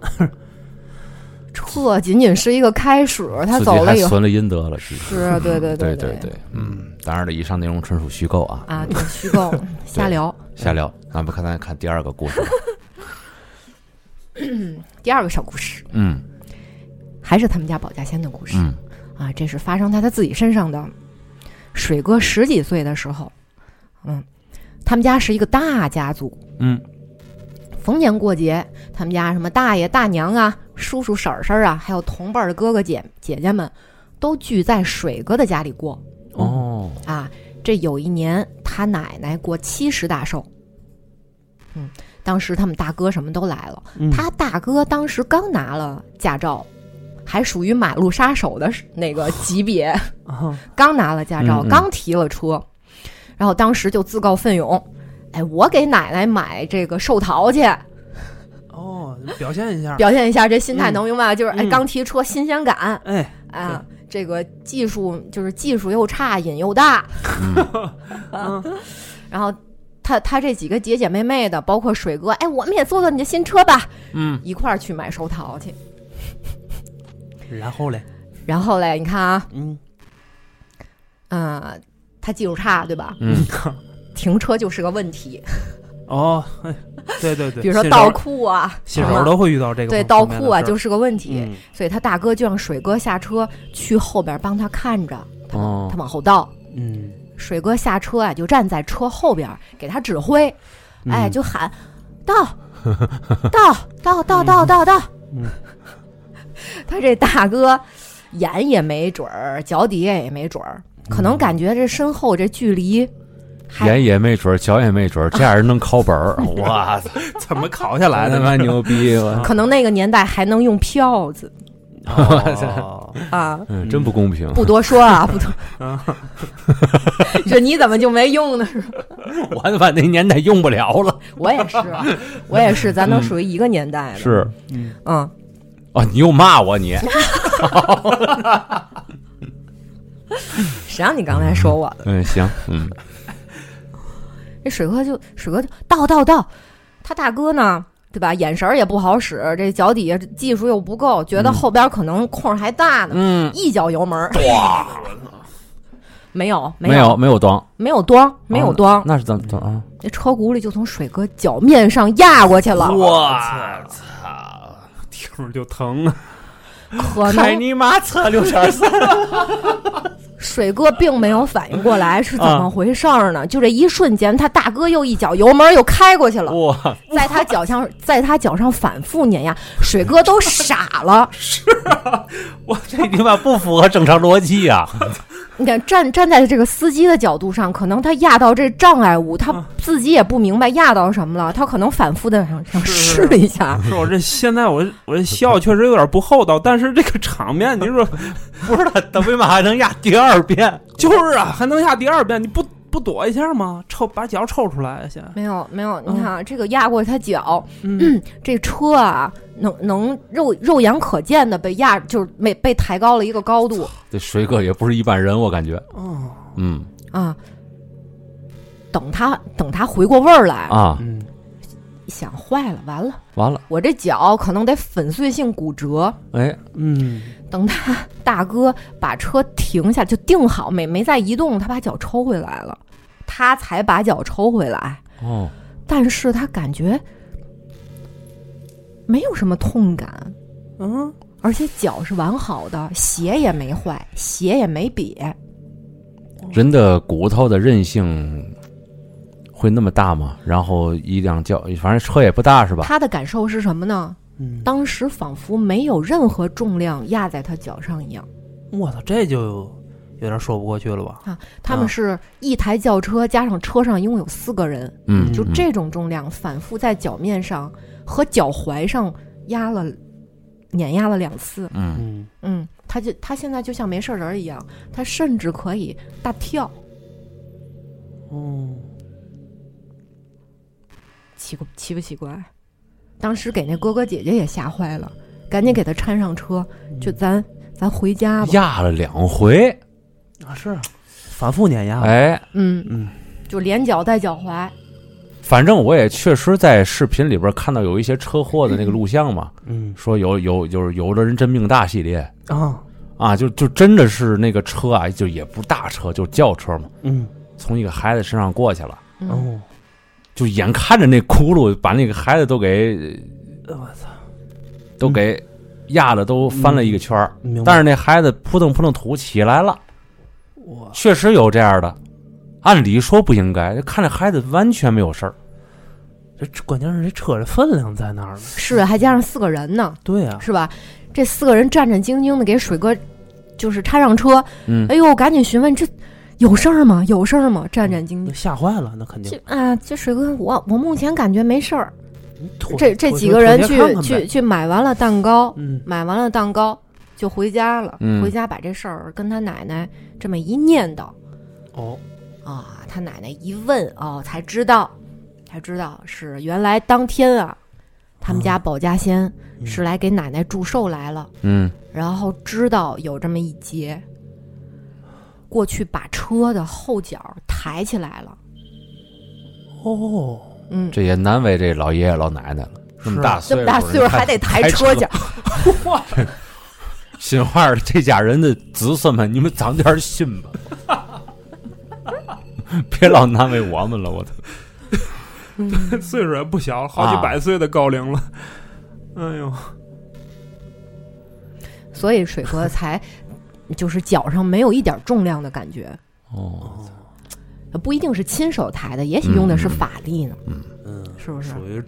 S3: 撤仅仅是一个开始，他
S2: 自
S3: 走
S2: 己
S3: 了
S2: 还
S3: 以后，
S2: 损了阴德了，是
S3: 是啊对对
S2: 对
S3: 对
S2: 对，嗯，当然了，以上内容纯属虚构啊，
S3: 啊，对，虚构瞎聊。
S2: 瞎聊。咱们看咱看第二个故事，
S3: 第二个小故事
S2: 嗯
S3: 还是他们家保家仙的故事、
S2: 嗯
S3: 啊，这是发生在他自己身上的。水哥十几岁的时候，嗯，他们家是一个大家族，
S2: 嗯
S3: 逢年过节，他们家什么大爷大娘啊、叔叔婶婶啊，还有同辈儿的哥哥姐姐姐们，都聚在水哥的家里过
S2: 哦，
S3: 啊。这有一年，他奶奶过七十大寿，嗯，当时他们大哥什么都来了，
S4: 嗯
S3: 他大哥当时刚拿了驾照，还属于马路杀手的那个级别，
S4: 啊
S3: 刚拿了驾照，
S2: 嗯嗯
S3: 刚提了车，然后当时就自告奋勇，哎，我给奶奶买这个寿桃去。
S4: 哦，表现一下，
S3: 表现一下这心态，
S4: 嗯
S3: 能明白？就是哎，
S4: 嗯
S3: 刚提车新鲜感
S4: 哎，
S3: 啊，这个技术就是技术又差，瘾又大，
S4: 嗯
S3: 然后。他他这几个姐姐妹妹的，包括水哥，哎，我们也坐坐你的新车吧，
S4: 嗯，
S3: 一块儿去买寿桃去。
S4: 然后嘞，
S3: 然后嘞，你看啊，
S4: 嗯
S3: 嗯、他技术差，对吧？
S2: 嗯，
S3: 停车就是个问题，
S4: 哦，哎，对对对，
S3: 比如说
S4: 新手
S3: 倒库啊，
S4: 新手都会遇到这个
S3: 对，倒
S4: 倒
S3: 库啊就是个问题。
S4: 嗯
S3: 所以他大哥就让水哥下车去后边帮他看着，他往、
S2: 哦
S3: 他往后倒。
S4: 嗯，
S3: 水哥下车啊，就站在车后边儿给他指挥，哎，
S4: 嗯
S3: 就喊到到到到到到到
S4: 嗯。
S3: 他这大哥眼也没准儿，脚底下也没准儿，可
S4: 嗯
S3: 能感觉这身后这距离还
S2: 眼也没准儿，脚也没准儿，这样人能考本 儿，哇塞，
S4: 怎么考下来
S2: 来
S4: 的
S2: 他妈牛逼！我
S3: 可能那个年代还能用票子
S4: 哦
S3: 啊。
S2: 嗯，真不公平。
S3: 不多说啊，不多。这你怎么就没用呢？
S2: 我他妈那年代用不了了。
S3: 我也是，啊我也是，
S4: 嗯
S3: 咱都属于一个年代 的。，
S2: 是
S3: 嗯，
S2: 啊，你又骂我你，
S3: 谁让你刚才说我的？
S2: 嗯，行，嗯
S3: 这水哥就水哥就到到到，他大哥呢，对吧？眼神儿也不好使，这脚底下技术又不够，觉得后边可能空儿还大呢，
S2: 嗯，
S3: 一脚油门儿，没有没
S2: 没有没有装，
S3: 没有装，没有
S2: 啊
S3: 装，
S2: 那是怎么怎么啊？
S3: 那车轱辘就从水哥脚面上压过去了，
S2: 我操！
S4: 听着就疼啊！
S3: 可能
S2: 尼玛测六点 三，
S3: 水哥并没有反应 过来是怎
S2: 啊
S3: 么回事儿呢？就这一瞬间，他大哥又一脚油门又开过去了，
S2: 哇，
S3: 在他脚上，在他脚上反复碾压，水哥都傻了。
S2: 这尼玛不符合正常逻辑啊呀！
S3: 你看，站站在这个司机的角度上，可能他压到这障碍物，他
S4: 啊
S3: 自己也不明白压到什么了，他可能反复的想想
S4: 是
S3: 试一下。
S4: 是 我这现在我我这笑确实有点不厚道，但是这个场面，你 说
S2: 不是他，他为嘛还能压第二遍？
S4: 就是啊，还能压第二遍，你不不躲一下吗？抽把脚抽出来啊先，
S3: 没有没有，你看啊，这个压过他脚，
S4: 嗯
S3: 这车啊，能能肉肉眼可见的被压，就是没被抬高了一个高度
S2: 这水哥也不是一般人，我感觉，
S4: 哦
S2: 嗯
S3: 啊。等他等他回过味儿来，
S2: 啊，
S4: 嗯
S3: 想坏了，完了，
S2: 完了，
S3: 我这脚可能得粉碎性骨折。
S2: 哎，
S4: 嗯
S3: 等他 大哥把车停下，就定好，没没再移动，他把脚抽回来了，他才把脚抽回来。
S2: 哦，
S3: 但是他感觉没有什么痛感，
S4: 嗯，
S3: 而且脚是完好的，鞋也没坏，鞋也没瘪。
S2: 人的骨头的韧性会那么大吗？然后一辆轿，反正车也不大是吧？
S3: 他的感受是什么呢？
S4: 嗯
S3: 当时仿佛没有任何重量压在他脚上一样。
S4: 我操，这就有点说不过去了吧？
S3: 他
S4: 啊
S3: 们是一台轿车加上车上一共有四个人，
S2: 嗯，
S3: 就
S2: 嗯，
S3: 这种重量反复在脚面上和脚踝上压了，碾压了两次。
S2: 嗯，
S4: 嗯，
S3: 嗯，他就他现在就像没事人一样，他甚至可以大跳，
S4: 哦，
S3: 嗯奇不奇不奇怪？当时给那哥哥姐姐也吓坏了，赶紧给他搀上车，就咱咱回家吧。
S2: 压了两回，
S4: 啊是啊，反复碾压，
S2: 哎，
S3: 嗯，
S4: 嗯
S3: 就连脚带脚踝。
S2: 反正我也确实在视频里边看到有一些车祸的那个录像嘛，
S4: 嗯
S2: 说有有就是有的人真命大系列
S4: 啊
S2: 啊，就就真的是那个车啊，就也不是大车，就是轿车嘛，
S4: 嗯
S2: 从一个孩子身上过去了，
S3: 嗯，
S4: 哦，
S2: 就眼看着那轱辘把那个孩子都给
S4: 呃我操，
S2: 都给压的都翻了一个圈儿，
S4: 明白
S2: 但是那孩子扑腾扑腾土起来了，
S4: 我
S2: 确实有这样的，按理说不应该，看着孩子完全没有事儿，
S4: 这关键是这车的分量在那儿呢，
S3: 是还加上四个人呢，
S4: 对啊，
S3: 是吧？这四个人战战兢兢的给水哥就是搀上车，
S2: 嗯
S3: 哎呦，赶紧询问这有事儿吗？有事儿吗？战战兢
S4: 那
S3: 兢。
S4: 吓坏了，那肯定
S3: 这。啊，这水哥，我我目前感觉没事儿。
S4: 妥
S3: 这这几个人去，
S4: 妥协看看呗
S3: 去去买完了蛋糕，
S4: 嗯
S3: 买完了蛋糕就回家了。
S2: 嗯
S3: 回家把这事儿跟他奶奶这么一念叨
S4: 哦，
S3: 啊，他奶奶一问哦，才知道，才知道是原来当天啊，他们家保家仙
S4: 嗯
S3: 是来给奶奶祝寿来了，
S2: 嗯，
S3: 然后知道有这么一劫，过去把车的后脚抬起来了。
S4: 哦，
S3: 嗯，
S2: 这也难为这老爷爷老奶奶了，这么大
S3: 这
S2: 岁
S3: 么
S2: 数，
S3: 大岁数还得抬车
S2: 去
S3: 脚。，
S2: 心话儿这家人的子孙们，你们长点儿心吧， 别老难为我们了，我操！
S3: 嗯
S4: 岁数也不小了，好几
S2: 啊
S4: 百岁的高龄了。哎呦，
S3: 所以水哥才就是脚上没有一点重量的感觉，
S4: 嗯
S2: 哦，
S3: 不一定是亲手抬的，也许用的是法力呢，
S4: 嗯，
S3: 是不是？
S4: 属于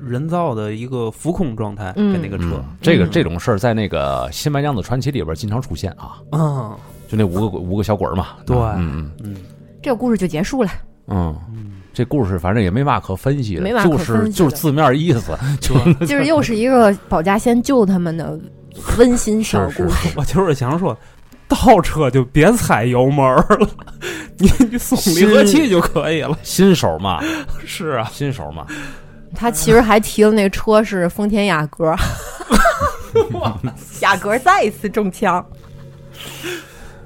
S4: 人造的一个浮控状态，
S3: 嗯
S4: 给那个车
S2: 嗯，这个
S3: 嗯
S2: 这种事儿在那个《新白娘子传奇》里边经常出现啊，
S4: 嗯
S2: 就那 五个鬼五个小鬼儿嘛，
S4: 对
S2: 嗯嗯
S4: 嗯
S3: 这个故事就结束了。
S2: 嗯。
S4: 嗯，
S2: 这故事反正也没嘛可分析的，
S3: 没嘛可
S2: 就
S3: 分
S2: 是
S3: 析
S2: 就是
S3: 的
S2: 字面意思，就
S3: 就是又是一个保家仙救他们的温馨小故事。
S4: 我就是想说，倒车就别踩油门儿了， 你你送离合器就可以了。
S2: 新手嘛，
S4: 是啊，
S2: 新手嘛，
S3: 他其实还提了那车是丰田雅阁， 雅阁再一次中枪。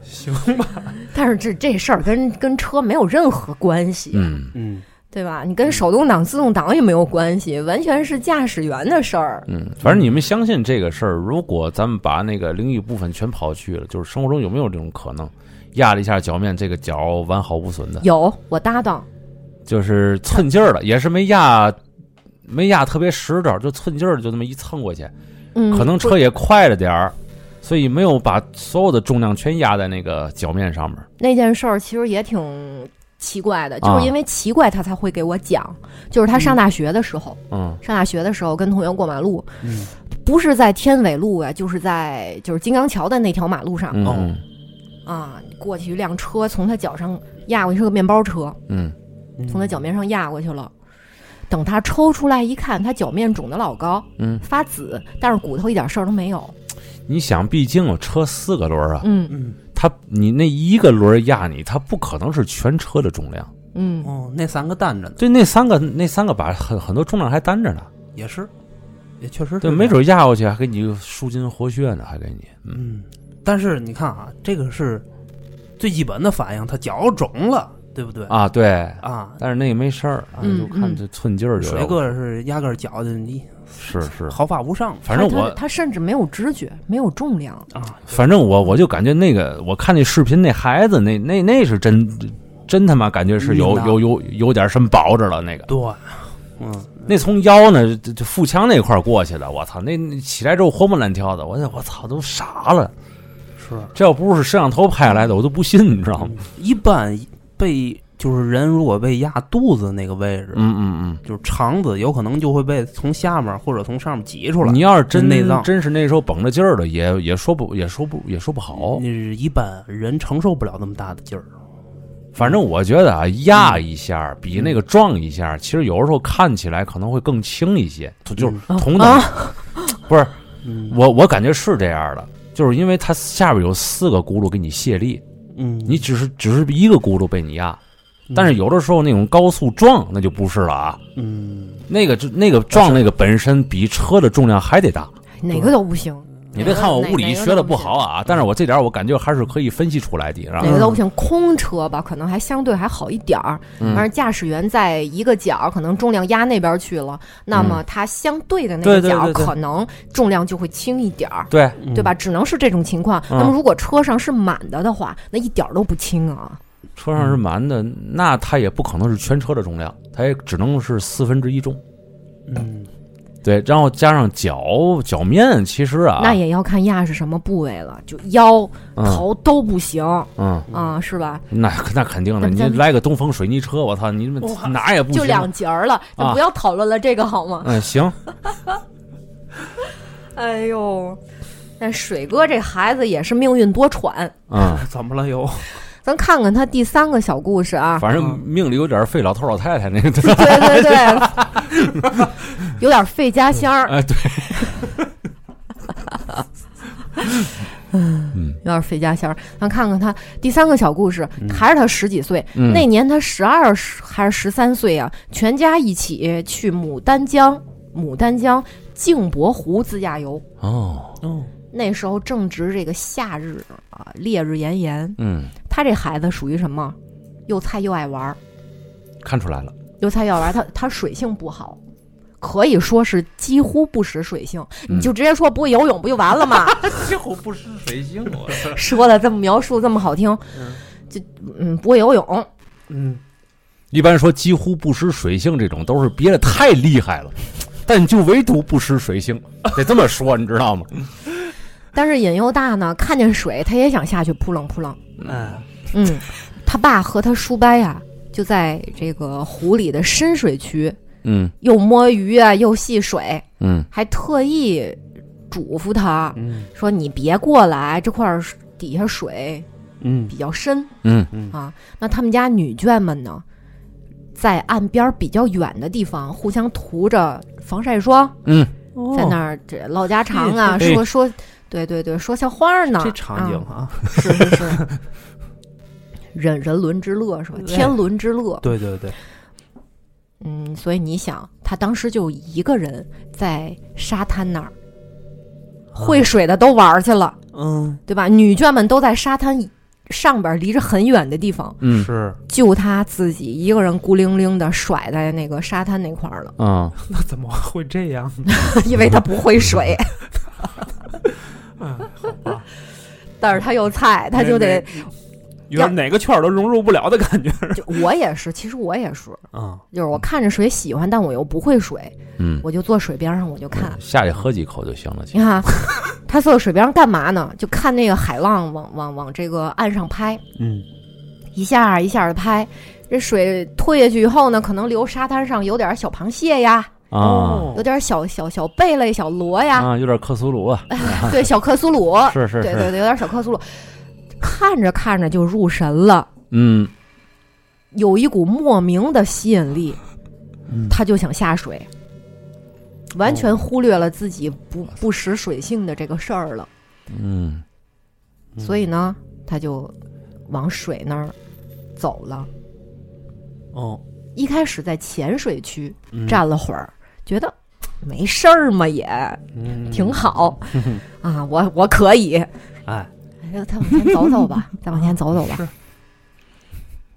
S4: 行
S3: 吧， 但是这这事儿跟跟车没有任何关系，
S2: 嗯
S4: 嗯，
S3: 对吧？你跟手动挡、自动挡也没有关系，完全是驾驶员的事儿。
S2: 嗯，反正你们相信这个事儿，如果咱们把那个灵异部分全刨去了，就是生活中有没有这种可能？压了一下脚面，这个脚完好无损的，
S3: 有我搭档，
S2: 就是寸劲儿了，也是没压，没压特别实着，就寸劲儿就那么一蹭过去，
S3: 嗯，
S2: 可能
S3: 会
S2: 车也快了点儿，所以没有把所有的重量全压在那个脚面上面。
S3: 那件事儿其实也挺奇怪的，就
S2: 啊
S3: 是因为奇怪他才会给我讲，就是他上大学的时候。
S2: 嗯
S3: 上大学的时候跟同学过马路，
S4: 嗯
S3: 不是在天纬路啊，就是在就是金刚桥的那条马路上、
S2: 嗯
S4: 哦
S2: 嗯
S3: 啊，过去一辆车从他脚上压过去是个面包车，
S2: 嗯，
S3: 从他脚面上压过去了。等他抽出来一看，他脚面肿得老高，
S2: 嗯
S3: 发紫，但是骨头一点事儿都没有。
S2: 你想，毕竟有车四个轮儿啊，
S3: 嗯
S4: 嗯
S2: 它你那一个轮儿压你，它不可能是全车的重量。
S3: 嗯，
S4: 哦，那三个单着呢，
S2: 对，那三个那三个把很很多重量还担着呢，
S4: 也是，也确实是这
S2: 对，
S4: 样
S2: 没准压过去还给你舒筋活血呢，还给你，嗯，
S4: 嗯，但是你看啊，这个是最基本的反应，他脚肿了，对不对？
S2: 啊，对，
S4: 啊，
S2: 但是那也没事儿，啊，
S3: 嗯
S2: 就看
S3: 嗯
S2: 这寸劲儿就
S4: 水
S2: 有。
S4: 哥是压根儿脚的，你
S2: 是是，
S4: 毫发无伤
S2: 反正
S3: 他他
S2: 我
S3: 他甚至没有知觉，没有重量。
S4: 啊。
S2: 反正我我就感觉那个，我看那视频那孩子那那那是真真他妈感觉是有
S4: 晕的
S2: 有有有点什么保着了那个，
S4: 对，嗯，
S2: 那从腰呢就就腹腔那块儿过去的，我操，那那起来之后活蹦乱跳的，我我操都傻了，
S4: 是
S2: 这要不是摄像头拍下来的，我都不信，你知道吗？
S4: 一般被就是人如果被压肚子那个位置，
S2: 嗯嗯
S4: 就是肠子有可能就会被从下面或者从上面挤出来。
S2: 嗯，你要是真
S4: 真内脏
S2: 真是那时候绷着劲儿了，也也说不也说不也说不好
S4: 那。是一般人承受不了那么大的劲儿。
S2: 反正我觉得啊，压
S4: 嗯
S2: 一下比那个撞一下，其实有的时候看起来可能会更轻一些，就就是同等、不是
S4: 哦嗯
S2: 我我感觉是这样的，就是因为它下边有四个轱辘给你卸力，
S4: 嗯，
S2: 你只是只是一个轱辘被你压，但是有的时候那种高速撞那就不是了啊，
S4: 嗯，
S2: 那个就那个撞那个本身比车的重量还得大。
S3: 哪个都不行，
S2: 你别看我物理学的不好
S3: 嗯
S2: 啊，但是我这点儿我感觉还是可以分析出来的，然
S3: 哪
S2: 后
S3: 个都不行。空车吧，可能还相对还好一点儿，
S2: 嗯
S3: 而驾驶员在一个角可能重量压那边去了，那么它相对的那
S2: 嗯对
S3: 个
S2: 对
S3: 角
S2: 对对
S3: 可能重量就会轻一点儿，
S2: 对，
S4: 嗯
S3: 对吧？？只能是这种情况。
S2: 嗯
S3: 那么如果车上是满的的话，那一点儿都不轻啊。
S2: 车上是满的，那它也不可能是全车的重量，它也只能是四分之一重。
S4: 嗯，
S2: 对，然后加上脚脚面，其实啊，
S3: 那也要看压是什么部位了，就腰、
S2: 嗯
S3: 头都不行
S2: 嗯，
S3: 啊，是吧？
S2: 那那肯定的，
S3: 咱
S2: 你
S3: 咱
S2: 来个东风水泥车，我操，你们
S4: 哇
S2: 哪儿也不
S3: 就
S2: 行。
S3: 两节儿了，咱
S2: 啊
S3: 不要讨论了这个好吗？
S2: 嗯，行，
S3: 哎呦，那水哥这孩子也是命运多舛。
S2: 嗯，
S4: 怎么了又？
S3: 咱看看他第三个小故事啊，
S2: 反正命里有点费老头老太太那 个，
S3: 对对对，有点费家乡儿，
S2: 哎，对，
S3: 有点费家乡儿。咱看看他第三个小故事，还是他十几岁，
S2: 嗯
S3: 那年他十二还是十三岁啊？全家一起去牡丹江牡丹江镜泊湖自驾游。
S2: 哦，
S4: 哦，
S3: 那时候正值这个夏日啊，烈日炎炎。
S2: 嗯，
S3: 他这孩子属于什么？又菜又爱玩儿，
S2: 看出 来了，
S3: 又菜又爱玩儿。他他水性不好，可以说是几乎不识水性。
S2: 嗯
S3: 你就直接说不会游泳不就完了吗？
S4: 这我不识水性，我
S3: 说的这么描述这么好听，就嗯不会游泳，
S4: 嗯，
S2: 一般说几乎不失水性这种都是憋得太厉害了，但就唯独不失水性，得这么说，你知道吗？
S3: 但是引诱大呢，看见水他也想下去扑棱扑棱。
S4: 哎，
S3: 嗯，他爸和他叔伯呀、就在这个湖里的深水区，
S2: 嗯
S3: 又摸鱼啊，又戏水，
S2: 嗯
S3: 还特意嘱咐他
S4: 嗯
S3: 说：“你别过来，这块儿底下水
S4: 嗯
S3: 比较深
S2: 嗯
S3: 啊。”那他们家女眷们呢，在岸边儿比较远的地方互相涂着防晒霜，
S2: 嗯，
S4: 哦
S3: 在那儿这唠家常啊，
S2: 嘿
S3: 说说，对对对，说笑话呢。
S4: 这场景
S3: 啊
S4: 啊，
S3: 是是是，人人伦之乐是吧？
S4: 对
S3: 天伦之乐。
S4: 对对对，
S3: 嗯，所以你想，他当时就一个人在沙滩那儿，会水的都玩儿去了，
S4: 嗯
S3: 对吧？女眷们都在沙滩上边儿离着很远的地方，
S2: 嗯
S4: 是，
S3: 就他自己一个人孤零零的甩在那个沙滩那块儿了，
S2: 啊，
S4: 那怎么会这样？
S3: 因为他不会 水，
S4: 啊，好吧，
S3: 但是他又菜，他就得。
S4: 有点哪个圈儿都融入不了的感觉
S3: 就我也是，其实我也是，
S4: 啊，
S3: 就是我看着水喜欢，但我又不会水，
S2: 嗯，
S3: 我就坐水边上我就看。
S2: 下去喝几口就行了，
S3: 你
S2: 其实
S3: 看 啊，他坐水边上干嘛呢？就看那个海浪往往往这个岸上拍，
S4: 嗯
S3: 一下一下的拍。这水退下去以后呢，可能留沙滩上有点小螃蟹呀，
S2: 啊
S3: 哦有点小小小贝类、小螺呀，
S2: 啊，有点克苏鲁啊，
S3: 对，小克苏鲁，
S2: 是是
S3: 对对
S2: 是，
S3: 对，有点小克苏鲁。看着看着就入神了，
S2: 嗯
S3: 有一股莫名的吸引力，
S4: 嗯
S3: 他就想下水，完
S2: 哦
S3: 全忽略了自己不不识水性的这个事儿了。
S2: 嗯
S3: 所以呢，他就往水那儿走了。
S4: 哦，
S3: 一开始在浅水区
S4: 嗯
S3: 站了会儿，觉得没事儿嘛，也
S4: 嗯
S3: 挺好、啊，我我可以。
S4: 哎，
S3: 哎再往前走走 吧，再往前走走吧。
S4: 是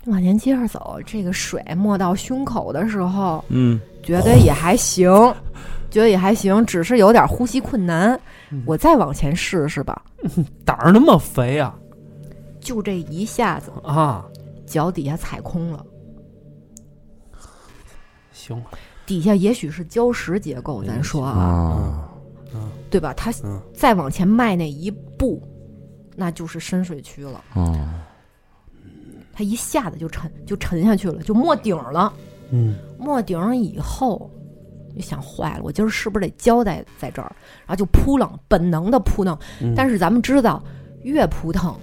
S3: 往前接着走，这个水没到胸口的时候，
S2: 嗯
S3: 觉
S4: 哦
S3: 得也还行，觉得也还行，只是有点呼吸困难。
S4: 嗯
S3: 我再往前试试吧。
S4: 胆儿那么肥啊
S3: 就这一下子，
S4: 啊，
S3: 脚底下踩空了。
S4: 行，
S3: 底下也许是礁石结
S4: 哎
S3: 构，咱说啊，
S2: 啊，
S3: 对吧？它
S4: 嗯
S3: 再往前迈那一步，那就是深水区了。
S2: 嗯
S3: 它一下子就沉就沉下去了，就没顶了。
S4: 嗯
S3: 没顶上以后，就想坏了，我今儿是不是得交代在这儿？然后就扑棱，本能的扑棱。
S4: 嗯
S3: 但是咱们知道，越扑腾，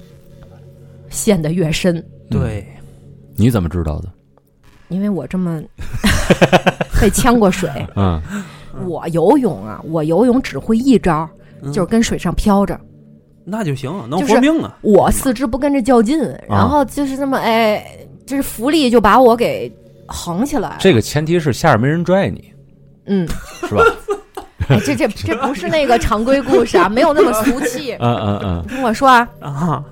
S3: 陷得越深。
S4: 对，
S2: 你怎么知道的？
S3: 因为我这么 被呛过水，
S2: 嗯
S3: 我游泳啊，我游泳只会一招，
S4: 嗯
S3: 就是跟水上漂着。
S4: 那就行，能
S3: 就是
S4: 活命啊，
S3: 我四肢不跟着较劲，然后就是这么哎，就是浮力就把我给横起来。
S2: 这个前提是下面没人拽你，
S3: 嗯，
S2: 是吧？
S3: 哎，这这这不是那个常规故事啊，没有那么俗气。
S2: 嗯嗯嗯，
S3: 听我说啊，
S4: 啊，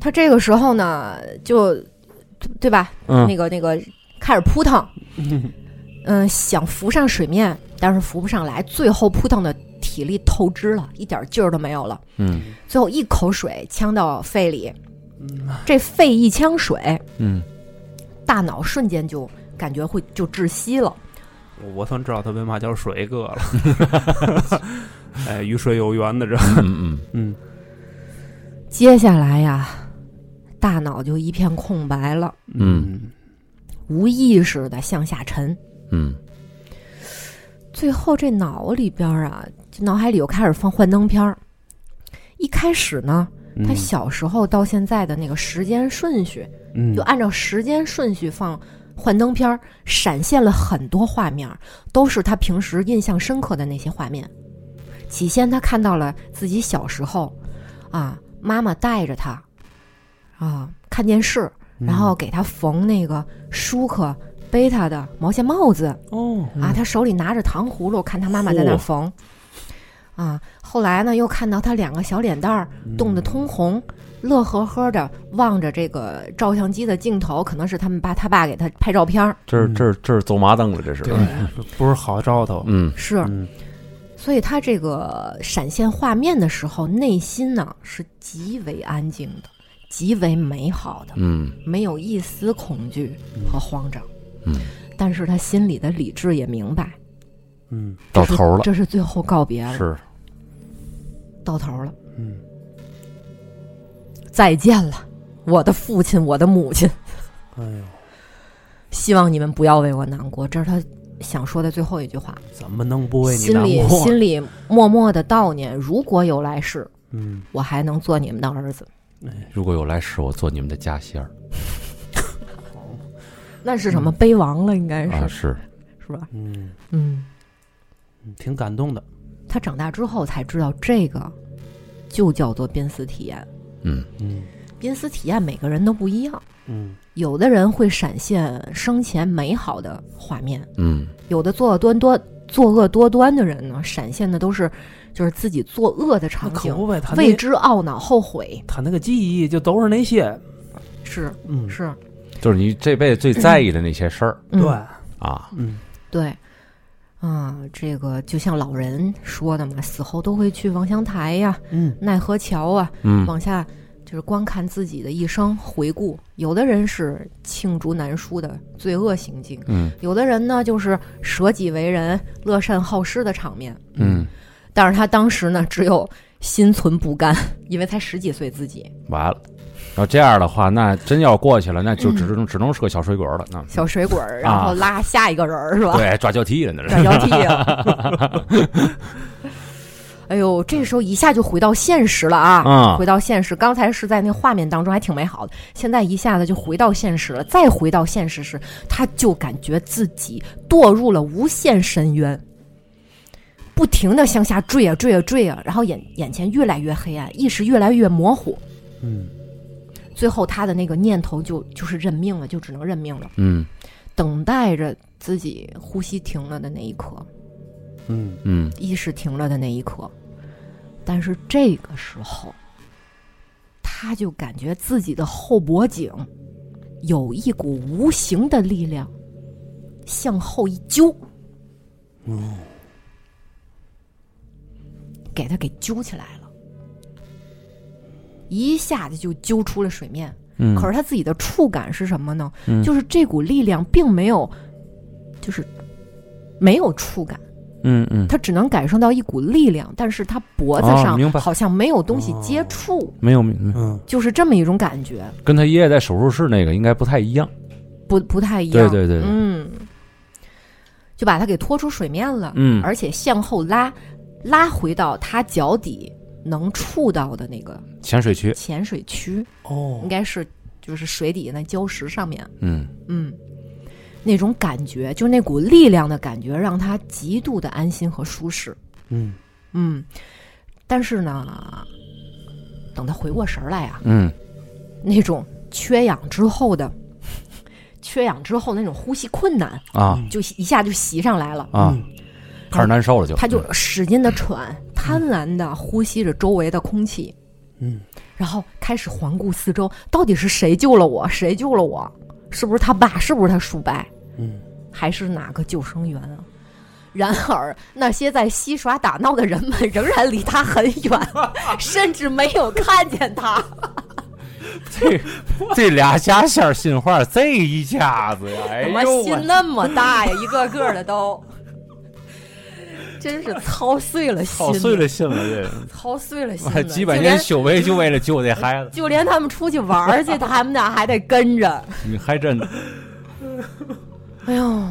S3: 他这个时候呢，就对吧？
S2: 嗯
S3: 那个那个开始扑腾，嗯，想浮上水面，但是浮不上来，最后扑腾的体力透支了，一点劲儿都没有了。
S2: 嗯
S3: 最后一口水呛到肺里，这肺一呛水，
S2: 嗯
S3: 大脑瞬间就感觉会就窒息了。
S4: 我我算知道他为嘛叫水哥 了，哎，与水有缘的这，
S2: 嗯
S4: 嗯
S3: 接下来呀，大脑就一片空白了，
S2: 嗯
S3: 无意识的向下沉。
S2: 嗯
S3: 最后这脑里边儿啊，就脑海里又开始放幻灯片儿。一开始呢，
S4: 嗯，
S3: 他小时候到现在的那个时间顺序，
S4: 嗯
S3: 就按照时间顺序放幻灯片儿，闪现了很多画面儿，都是他平时印象深刻的那些画面。起先他看到了自己小时候，啊，妈妈带着
S4: 嗯
S3: 他，啊，看电视，然后给他缝那个舒克背他的毛线帽子
S4: 哦，
S3: 啊，
S2: 嗯
S3: 他手里拿着糖葫芦，看他妈妈在那儿缝。啊，后来呢，又看到他两个小脸蛋
S2: 嗯
S3: 儿
S4: 嗯
S3: 冻得通红，乐呵呵的望着这个照相机的镜头，可能是他们爸他爸给他拍照片儿。
S2: 这儿这儿这儿走麻凳了，这是
S4: 对。，不是好兆头。
S2: 嗯，
S3: 是，
S4: 嗯
S3: 所以他这个闪现画面的时候，内心呢是极为安静的，极为美好的，
S2: 嗯
S3: 没有一丝恐惧和慌张。
S2: 嗯，
S3: 但是他心里的理智也明白，
S4: 嗯
S2: 到
S3: 这是
S2: 头了，
S3: 这是最后告别了，
S2: 是
S3: 到头了，
S4: 嗯，
S3: 再见了，我的父亲，我的母亲，
S4: 哎呦，
S3: 希望你们不要为我难过。这是他想说的最后一句话，
S4: 怎么能不为你
S3: 心
S4: 难
S3: 里
S4: 过？
S3: 心里默默的悼念：如果有来世，
S4: 嗯，
S3: 我还能做你们的儿子。
S2: 如果有来世，我做你们的家仙儿
S3: 那是什么碑王了？应该
S2: 啊，
S3: 是
S2: 是
S3: 是吧？
S4: 嗯，
S3: 嗯。
S4: 挺感动的。
S3: 他长大之后才知道，这个就叫做濒死体验。
S2: 嗯
S4: 嗯
S3: 濒死体验每个人都不一样，
S4: 嗯
S3: 有的人会闪现生前美好的画面，
S2: 嗯
S3: 有的作恶多端、作恶多端的人呢，闪现的都是就是自己作恶的
S4: 那
S3: 场
S4: 可
S3: 景，
S4: 不呗，他
S3: 为
S4: 那
S3: 之懊恼、后悔。
S4: 他那个记忆就都是那些，
S3: 是
S4: 嗯，
S3: 是，
S2: 就是你这辈子最在意的那些事儿
S3: 嗯、
S4: 对，
S2: 啊，
S4: 嗯
S3: 对。啊、这个就像老人说的嘛，死后都会去望乡台呀、
S4: 嗯
S3: 奈何桥啊，
S2: 嗯
S3: 往下就是观看自己的一生，回顾。有的人是罄竹难书的罪恶行径，
S2: 嗯
S3: 有的人呢就是舍己为人、乐善好施的场面。
S2: 嗯，
S3: 但是他当时呢，只有心存不甘，因为才十几岁自己
S2: 完了。要这样的话，那真要过去了，那就只
S3: 嗯
S2: 能只能是个小水果了。那
S3: 小水鬼儿，然后拉下一个人儿、是吧？
S2: 啊对抓交替了，那是
S3: 小交替啊！ 哎呦，这时候一下就回到现实了啊！
S2: 啊
S3: 回到现实，刚才是在那画面当中还挺美好的，现在一下子就回到现实了。再回到现实时，他就感觉自己堕入了无限深渊，不停的向下坠啊坠啊坠啊，然后眼眼前越来越黑暗，意识越来越模糊，
S4: 嗯
S3: 最后他的那个念头就就是认命了，就只能认命了，
S2: 嗯
S3: 等待着自己呼吸停了的那一刻。
S4: 嗯
S2: 嗯
S3: 意识停了的那一刻。但是这个时候，他就感觉自己的后脖颈有一股无形的力量向后一揪，
S4: 嗯，
S3: 给他给揪起来了，一下子就揪出了水面。
S2: 嗯，
S3: 可是他自己的触感是什么呢？
S2: 嗯
S3: 就是这股力量并没有，就是没有触感。
S2: 嗯嗯
S3: 他只能感受到一股力量，但是他脖子
S2: 哦
S3: 上
S2: 明白哦
S3: 好像没有东西接触，
S2: 没有没有，
S4: 嗯
S3: 就是这么一种感觉，
S2: 跟他爷爷在手术室那个应该不太一样。
S3: 不不太一
S2: 对
S3: 样。
S2: 对对，对
S3: 嗯，就把他给拖出水面了，
S2: 嗯
S3: 而且向后拉，拉回到他脚底能触到的那个
S2: 浅嗯水区，
S3: 浅水区，应
S4: 哦，
S3: 该是就是水底那礁石上面，
S2: 嗯
S3: 嗯。那种感觉，就是那股力量的感觉，让他极度的安心和舒适。
S4: 嗯
S3: 嗯，但是呢，等他回过神儿来啊，
S2: 嗯
S3: 那种缺氧之后的， 缺氧之后那种呼吸困难，
S2: 啊
S3: 就一下就袭上来了。
S2: 啊，开始难受了就，
S3: 嗯
S2: 嗯
S3: 他就使劲的喘，贪婪的呼吸着周围的空气，
S4: 嗯，
S3: 然后开始环顾四周，到底是谁救了我？谁救了我？是不是他爸？是不是他叔伯？
S4: 嗯，
S3: 还是哪个救生员啊？然而，那些在嬉耍打闹的人们仍然离他很远， 甚至没有看见他。
S2: 这这俩虾线儿心话，这一下子呀，哎
S3: 怎么
S2: 呦
S3: 心
S2: 我
S3: 那么大呀？一个个的都，真是操碎了 心，
S2: 操碎了，心了，这
S3: 操碎 了心
S2: 我
S3: 了。
S2: 还几百年修为就为了救这孩子，
S3: 就连，就连他们出去玩儿 去，他们俩还得跟着。
S2: 你还真
S3: 哎 呦，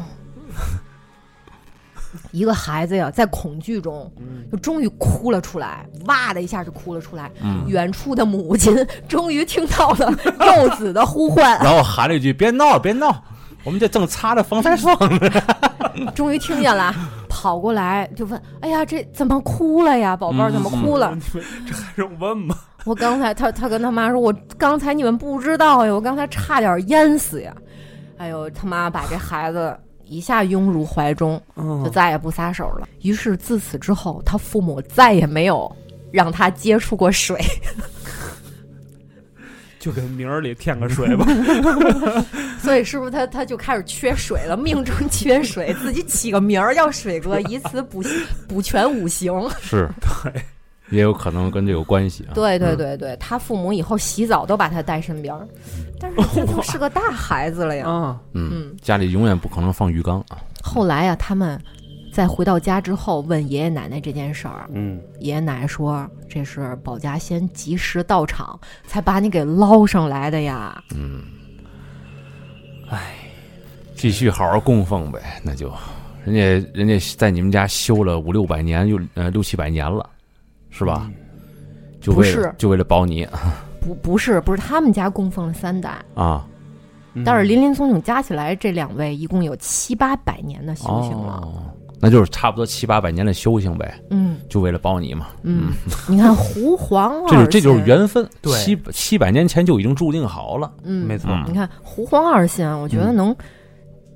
S3: 一个孩子呀，在恐惧中，就终于哭了出来，哇的一下就哭了出来。远处的母亲终于听到了幼子的呼唤，
S2: 然后喊了一句：“别闹，别闹，我们这正擦着防晒霜呢。
S3: 终于听见了，跑过来就问：“哎呀，这怎么哭了呀，宝贝儿？怎么哭了？”
S4: 还用问吗？
S3: 我刚才他他跟他妈说，我刚才你们不知道呀，我刚才差点淹死呀。哎呦，他妈把这孩子一下拥入怀中，就
S4: 嗯，
S3: 再也不撒手了。于是自此之后，他父母再也没有让他接触过水。
S4: 就给名儿里添个水吧。
S3: 所以是不是他他就开始缺水了？命中缺水，自己起个名儿叫水哥，以此补补全五行。
S2: 是，对，也有可能跟这有关系啊。
S3: 对对
S2: 嗯，
S3: 对对，他父母以后洗澡都把他带身边儿，但是这都是个大孩子了呀。
S4: 啊，
S2: 嗯，
S3: 嗯，
S2: 家里永远不可能放浴缸啊。
S3: 后来呀、他们在回到家之后问爷爷奶奶这件事儿，
S4: 嗯，
S3: 爷爷奶奶说这是保家仙及时到场才把你给捞上来的呀。
S2: 嗯，哎，继续好好供奉呗，那就人家人家在你们家修了五六百年，又呃六七百年了，是吧？就为
S3: 嗯不
S2: 了
S3: 是
S2: 就为了保你
S3: 不不是不是，他们家供奉了三代，
S2: 啊！
S4: 嗯
S3: 但是林林总总加起来，这两位一共有七八百年的修行了。
S2: 哦，那就是差不多七八百年的修行呗，
S3: 嗯
S2: 就为了保你嘛。
S3: 嗯，你看胡黄 二
S2: 这就这
S3: 仙，
S2: 就是缘分，
S4: 对
S2: 七七百年前就已经注定好了。
S3: 嗯，
S4: 没错，
S2: 嗯
S3: 你看胡黄二仙，我觉得
S2: 嗯
S3: 能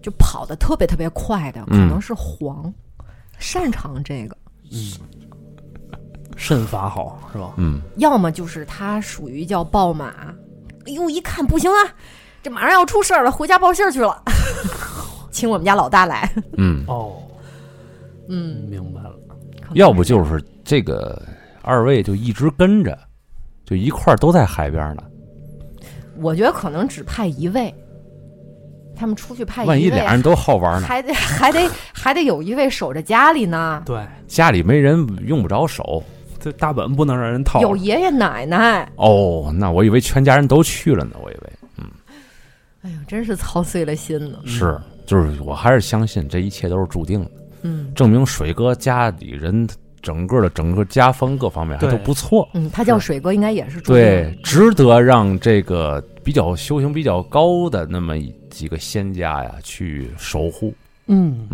S3: 就跑得特别特别快的，可
S2: 嗯
S3: 能是黄，擅长这个；
S4: 嗯肾法好是吧？
S2: 嗯，
S3: 要么就是他属于叫爆马，哎呦一看不行啊，这马上要出事儿了，回家报信儿去了，请我们家老大来。
S2: 嗯，
S4: 哦，
S3: 嗯，
S4: 明白了。
S3: 可能
S2: 要不就是这个二位就一直跟着，就一块儿都在海边呢。
S3: 我觉得可能只派一位，他们出去派
S2: 万一
S3: 一位，
S2: 俩人都好玩呢，
S3: 还得还得还得有一位守着家里呢，
S4: 对，
S2: 家里没人用不着手。
S4: 这大本不能让人套。
S3: 有爷爷奶奶。
S2: 哦，那我以为全家人都去了呢，我以为
S3: 哎呦，真是操碎了心呢。
S4: 嗯
S2: 是，就是我还是相信这一切都是注定的，
S3: 嗯
S2: 证明水哥家里人整个的整个家风各方面还
S4: 对
S2: 都不错，
S3: 嗯，他叫水哥，应该也是住
S2: 对，值得让这个比较修行比较高的那么几个仙家呀去守护。
S4: 嗯，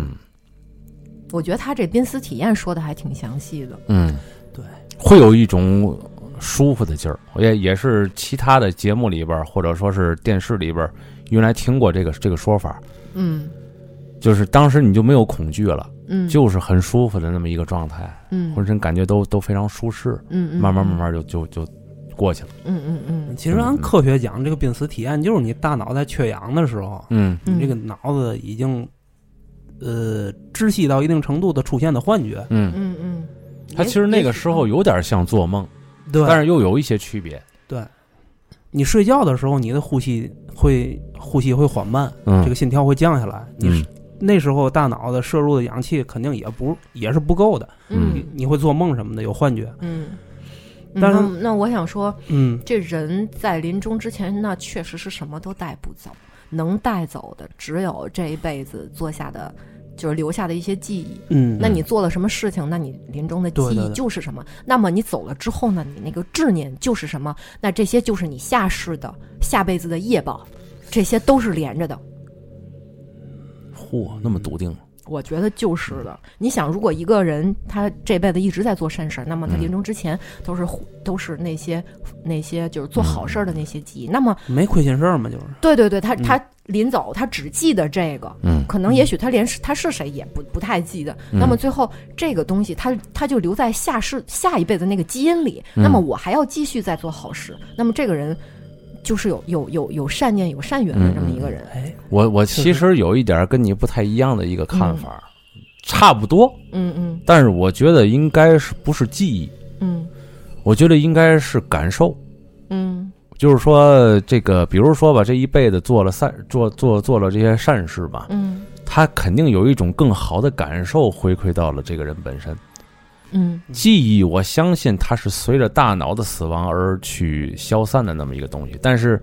S3: 我觉得他这濒死体验说的还挺详细的。
S2: 嗯，
S4: 对，
S2: 会有一种舒服的劲儿，也也是其他的节目里边儿或者说是电视里边儿原来听过这个这个说法，
S3: 嗯
S2: 就是当时你就没有恐惧了，
S3: 嗯，
S2: 就是很舒服的那么一个状态，
S3: 嗯
S2: 浑身感觉都都非常舒适，
S3: 嗯嗯，
S2: 慢慢慢慢就就就过去了。
S3: 嗯嗯嗯
S4: 其实按科学讲，这个濒死体验就是你大脑在缺氧的时候，
S2: 嗯
S3: 嗯，
S4: 你这个脑子已经呃窒息到一定程度的出现的幻觉。
S2: 嗯，
S3: 嗯嗯，
S2: 他其实那个时候有点像做梦，
S4: 对
S2: 但是又有一些区别。
S4: 你睡觉的时候，你的呼吸会呼吸会缓慢，
S2: 嗯，
S4: 这个心跳会降下来。你
S2: 嗯
S4: 是那时候大脑的摄入的氧气肯定也不也是不够的，
S3: 嗯
S4: 你你会做梦什么的，有幻觉。
S3: 嗯。
S4: 但是
S3: 那那我想说，
S4: 嗯，
S3: 这人在临终之前，那确实是什么都带不走，能带走的只有这一辈子做下的，就是留下的一些记忆。
S4: 嗯，
S3: 那你做了什么事情，那你临终的记
S4: 对对
S3: 忆
S4: 对
S3: 就是什么？那么你走了之后呢，你那个执念就是什么？那这些就是你下世的下辈子的业报，这些都是连着的。
S2: 嚯，哦那么笃定。
S3: 我觉得就是的。你想，如果一个人他这辈子一直在做善事儿，那么他
S2: 嗯
S3: 临终之前都是都是那些那些就是做好事儿的那些记忆。那么，
S4: 嗯没亏心事儿嘛，就是
S3: 对对对，他
S4: 嗯
S3: 他临走他只记得这个，
S2: 嗯
S3: 可能也许他连是他是谁也不不太记得。那么最后这个东西，他他就留在下世下一辈子那个基因里。
S2: 嗯
S3: 那么我还要继续再做好事。那么这个人就是有有有有善念、有善缘的这么一个人。
S4: 哎，
S2: 我我其实嗯有一点跟你不太一样的一个看法，差不多，
S3: 嗯嗯
S2: 但是我觉得应该是不是记忆，
S3: 嗯
S2: 我觉得应该是感受。
S3: 嗯
S2: 就是说，这个，比如说吧，这一辈子做了善，做做做了这些善事吧，
S3: 嗯
S2: 他肯定有一种更好的感受回馈到了这个人本身。
S3: 嗯
S2: 记忆，我相信它是随着大脑的死亡而去消散的那么一个东西，但是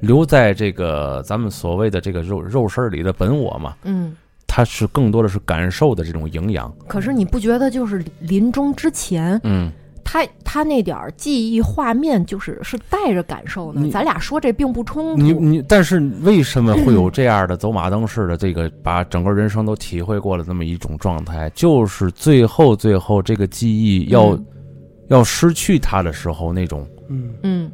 S2: 留在这个咱们所谓的这个肉肉身儿里的本我嘛，
S3: 嗯。
S2: 它是更多的是感受的这种营养。
S3: 可是你不觉得就是临终之前，
S2: 嗯，
S3: 他他那点儿记忆画面就是是带着感受呢？
S2: 你
S3: 咱俩说这并不冲
S2: 你
S3: 突。
S2: 你，但是为什么会有这样的走马灯似的这个把整个人生都体会过了那么一种状态？就是最后最后这
S3: 嗯
S2: 个记忆要、要失去它的时候，那种
S4: 嗯，
S3: 嗯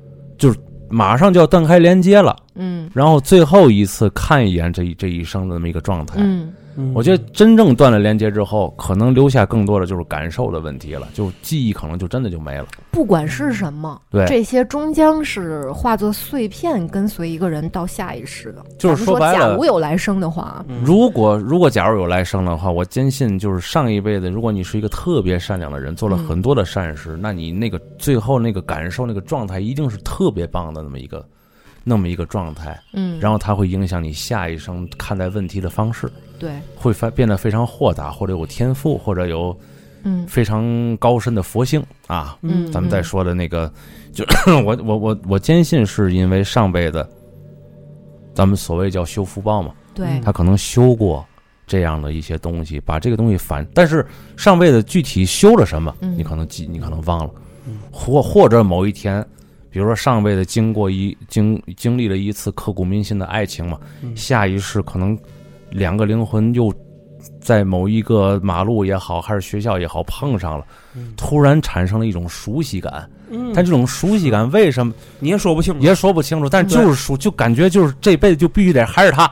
S2: 马上就要断开连接了，
S3: 嗯
S2: 然后最后一次看一眼这一这一生的这么一个状态。
S3: 嗯
S4: 嗯
S2: 我觉得真正断了连接之后，可能留下更多的就是感受的问题了，就记忆可能就真的就没了。
S3: 不管是什么，
S2: 对
S3: 这些终将是化作碎片，跟随一个人到下一世的。
S2: 就是
S3: 咱们
S2: 说
S3: 说
S2: 白了
S3: 假如有来生的话，
S4: 嗯
S2: 如果如果假如有来生的话，我坚信就是上一辈子，如果你是一个特别善良的人，做了
S3: 嗯
S2: 很多的善事，那你那个最后那个感受、那个状态，一定是特别棒的那么一个那么一个状态。
S3: 嗯，
S2: 然后它会影响你下一生看待问题的方式，
S3: 对，
S2: 会发变得非常豁达，或者有天赋，或者有
S3: 嗯
S2: 非常高深的佛性啊。
S3: 嗯，
S2: 咱们再说的那个，就 我我我我坚信是因为上辈子，咱们所谓叫修福报嘛，
S3: 嗯对，
S2: 他可能修过这样的一些东西，把这个东西反，但是上辈子具体修了什么，
S3: 嗯
S2: 你可能记，你可能忘了
S4: 嗯，
S2: 或或者某一天，比如说上辈子经过一经经历了一次刻骨铭心的爱情嘛，
S4: 嗯
S2: 下一世可能两个灵魂又在某一个马路也好，还是学校也好碰上了
S4: 嗯，
S2: 突然产生了一种熟悉感，
S4: 嗯
S2: 但这种熟悉感为什么
S4: 你也说不清楚，
S2: 也说不清楚，但就是熟，就感觉就是这辈子就必须得还是他，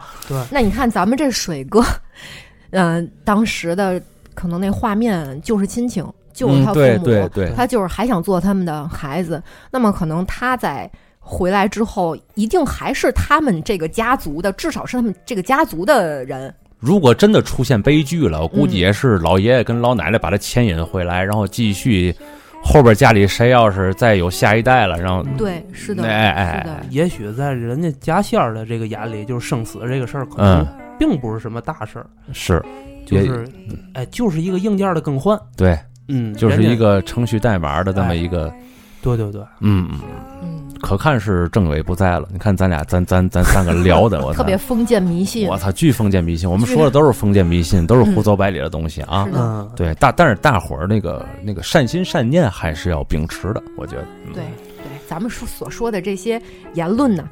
S3: 那你看咱们这水哥， 嗯、当时的可能那画面就是亲情，就是
S2: 嗯
S3: 他父母，
S2: 对对对，
S3: 他就是还想做他们的孩子。那么可能他在回来之后，一定还是他们这个家族的，至少是他们这个家族的人。
S2: 如果真的出现悲剧了，我估
S3: 嗯
S2: 计也是老爷爷跟老奶奶把他牵引回来，然后继续后边家里谁要是再有下一代了，然
S4: 嗯
S2: 后
S3: 对，是的，
S2: 哎哎
S3: 是的
S2: 哎，
S4: 也许在人家家线儿的这个眼里，就是生死这个事儿，可能并不是什么大事儿，
S2: 是
S4: 就
S2: 嗯也
S4: 是哎，就是一个硬件的更换，
S2: 对，
S4: 嗯，
S2: 就是
S4: 人家
S2: 一个程序代码
S3: 哎
S2: 的这么一个，
S4: 对对对，
S2: 嗯，嗯
S3: 嗯，
S2: 可看是政委不在了，你看咱俩咱咱咱三个聊的，我操
S3: 特别封建迷信
S2: 我。操，巨封建迷信，我们
S3: 巨嗯
S2: 说的都是封建迷信，都是胡诌白理的东西啊
S3: 是。的
S4: 嗯，
S2: 对，大但是大伙儿那个那个善心善念还是要秉持的，我觉得。嗯
S3: 对对，咱们说所说的这些言论呢，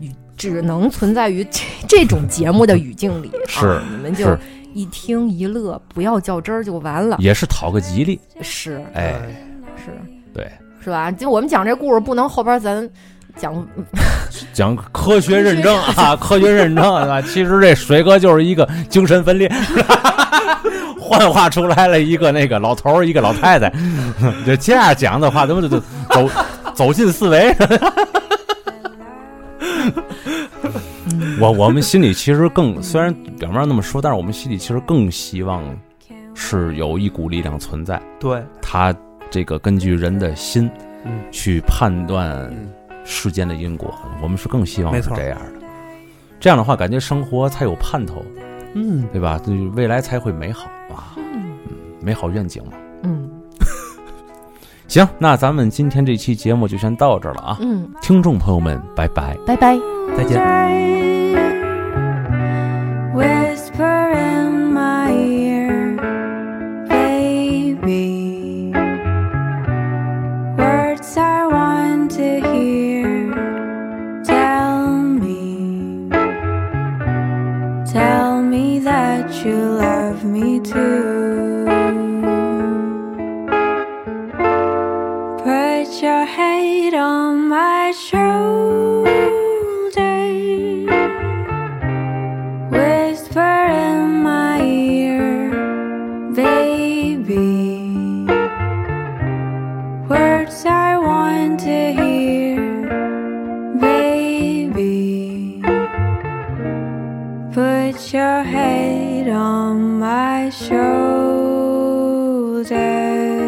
S3: 与只能存在于 这这种节目的语境里。
S2: 是
S3: 啊，你们就是一听一乐，不要较真儿就完了。
S2: 也是讨个吉利，
S3: 是
S2: 哎，
S3: 是
S2: 对。
S3: 是吧？就我们讲这故事，不能后边咱讲
S2: 讲科学认证啊， 科学认证啊，其实这水哥就是一个精神分裂， 幻化出来了一个那个老头儿，一个老太 太，就这样讲的话，咱们就就走走进四维。 我我们心里其实更虽然表面上那么说，但是我们心里其实更希望是有一股力量存在，
S4: 对，
S2: 它这个根据人的心
S4: 嗯
S2: 去判断
S4: 嗯，
S2: 世间的因果，我们是更希望
S4: 没
S2: 是
S4: 错
S2: 这样的。这样的话，感觉生活才有盼头，
S4: 嗯，
S2: 对吧？就是未来才会美好啊，嗯美好愿景嘛。
S3: 嗯
S2: 行，那咱们今天这期节目就先到这儿了啊，
S3: 嗯，
S2: 听众朋友们，拜拜。
S3: 拜拜。
S4: 再见。
S1: Whisper in my ear, baby. Words I want to hear. Tell me, tell me that you love me too. Put your head on my shoulder. Whisper in my ear, baby. Words I want to hear, baby. Put your head on my shoulder.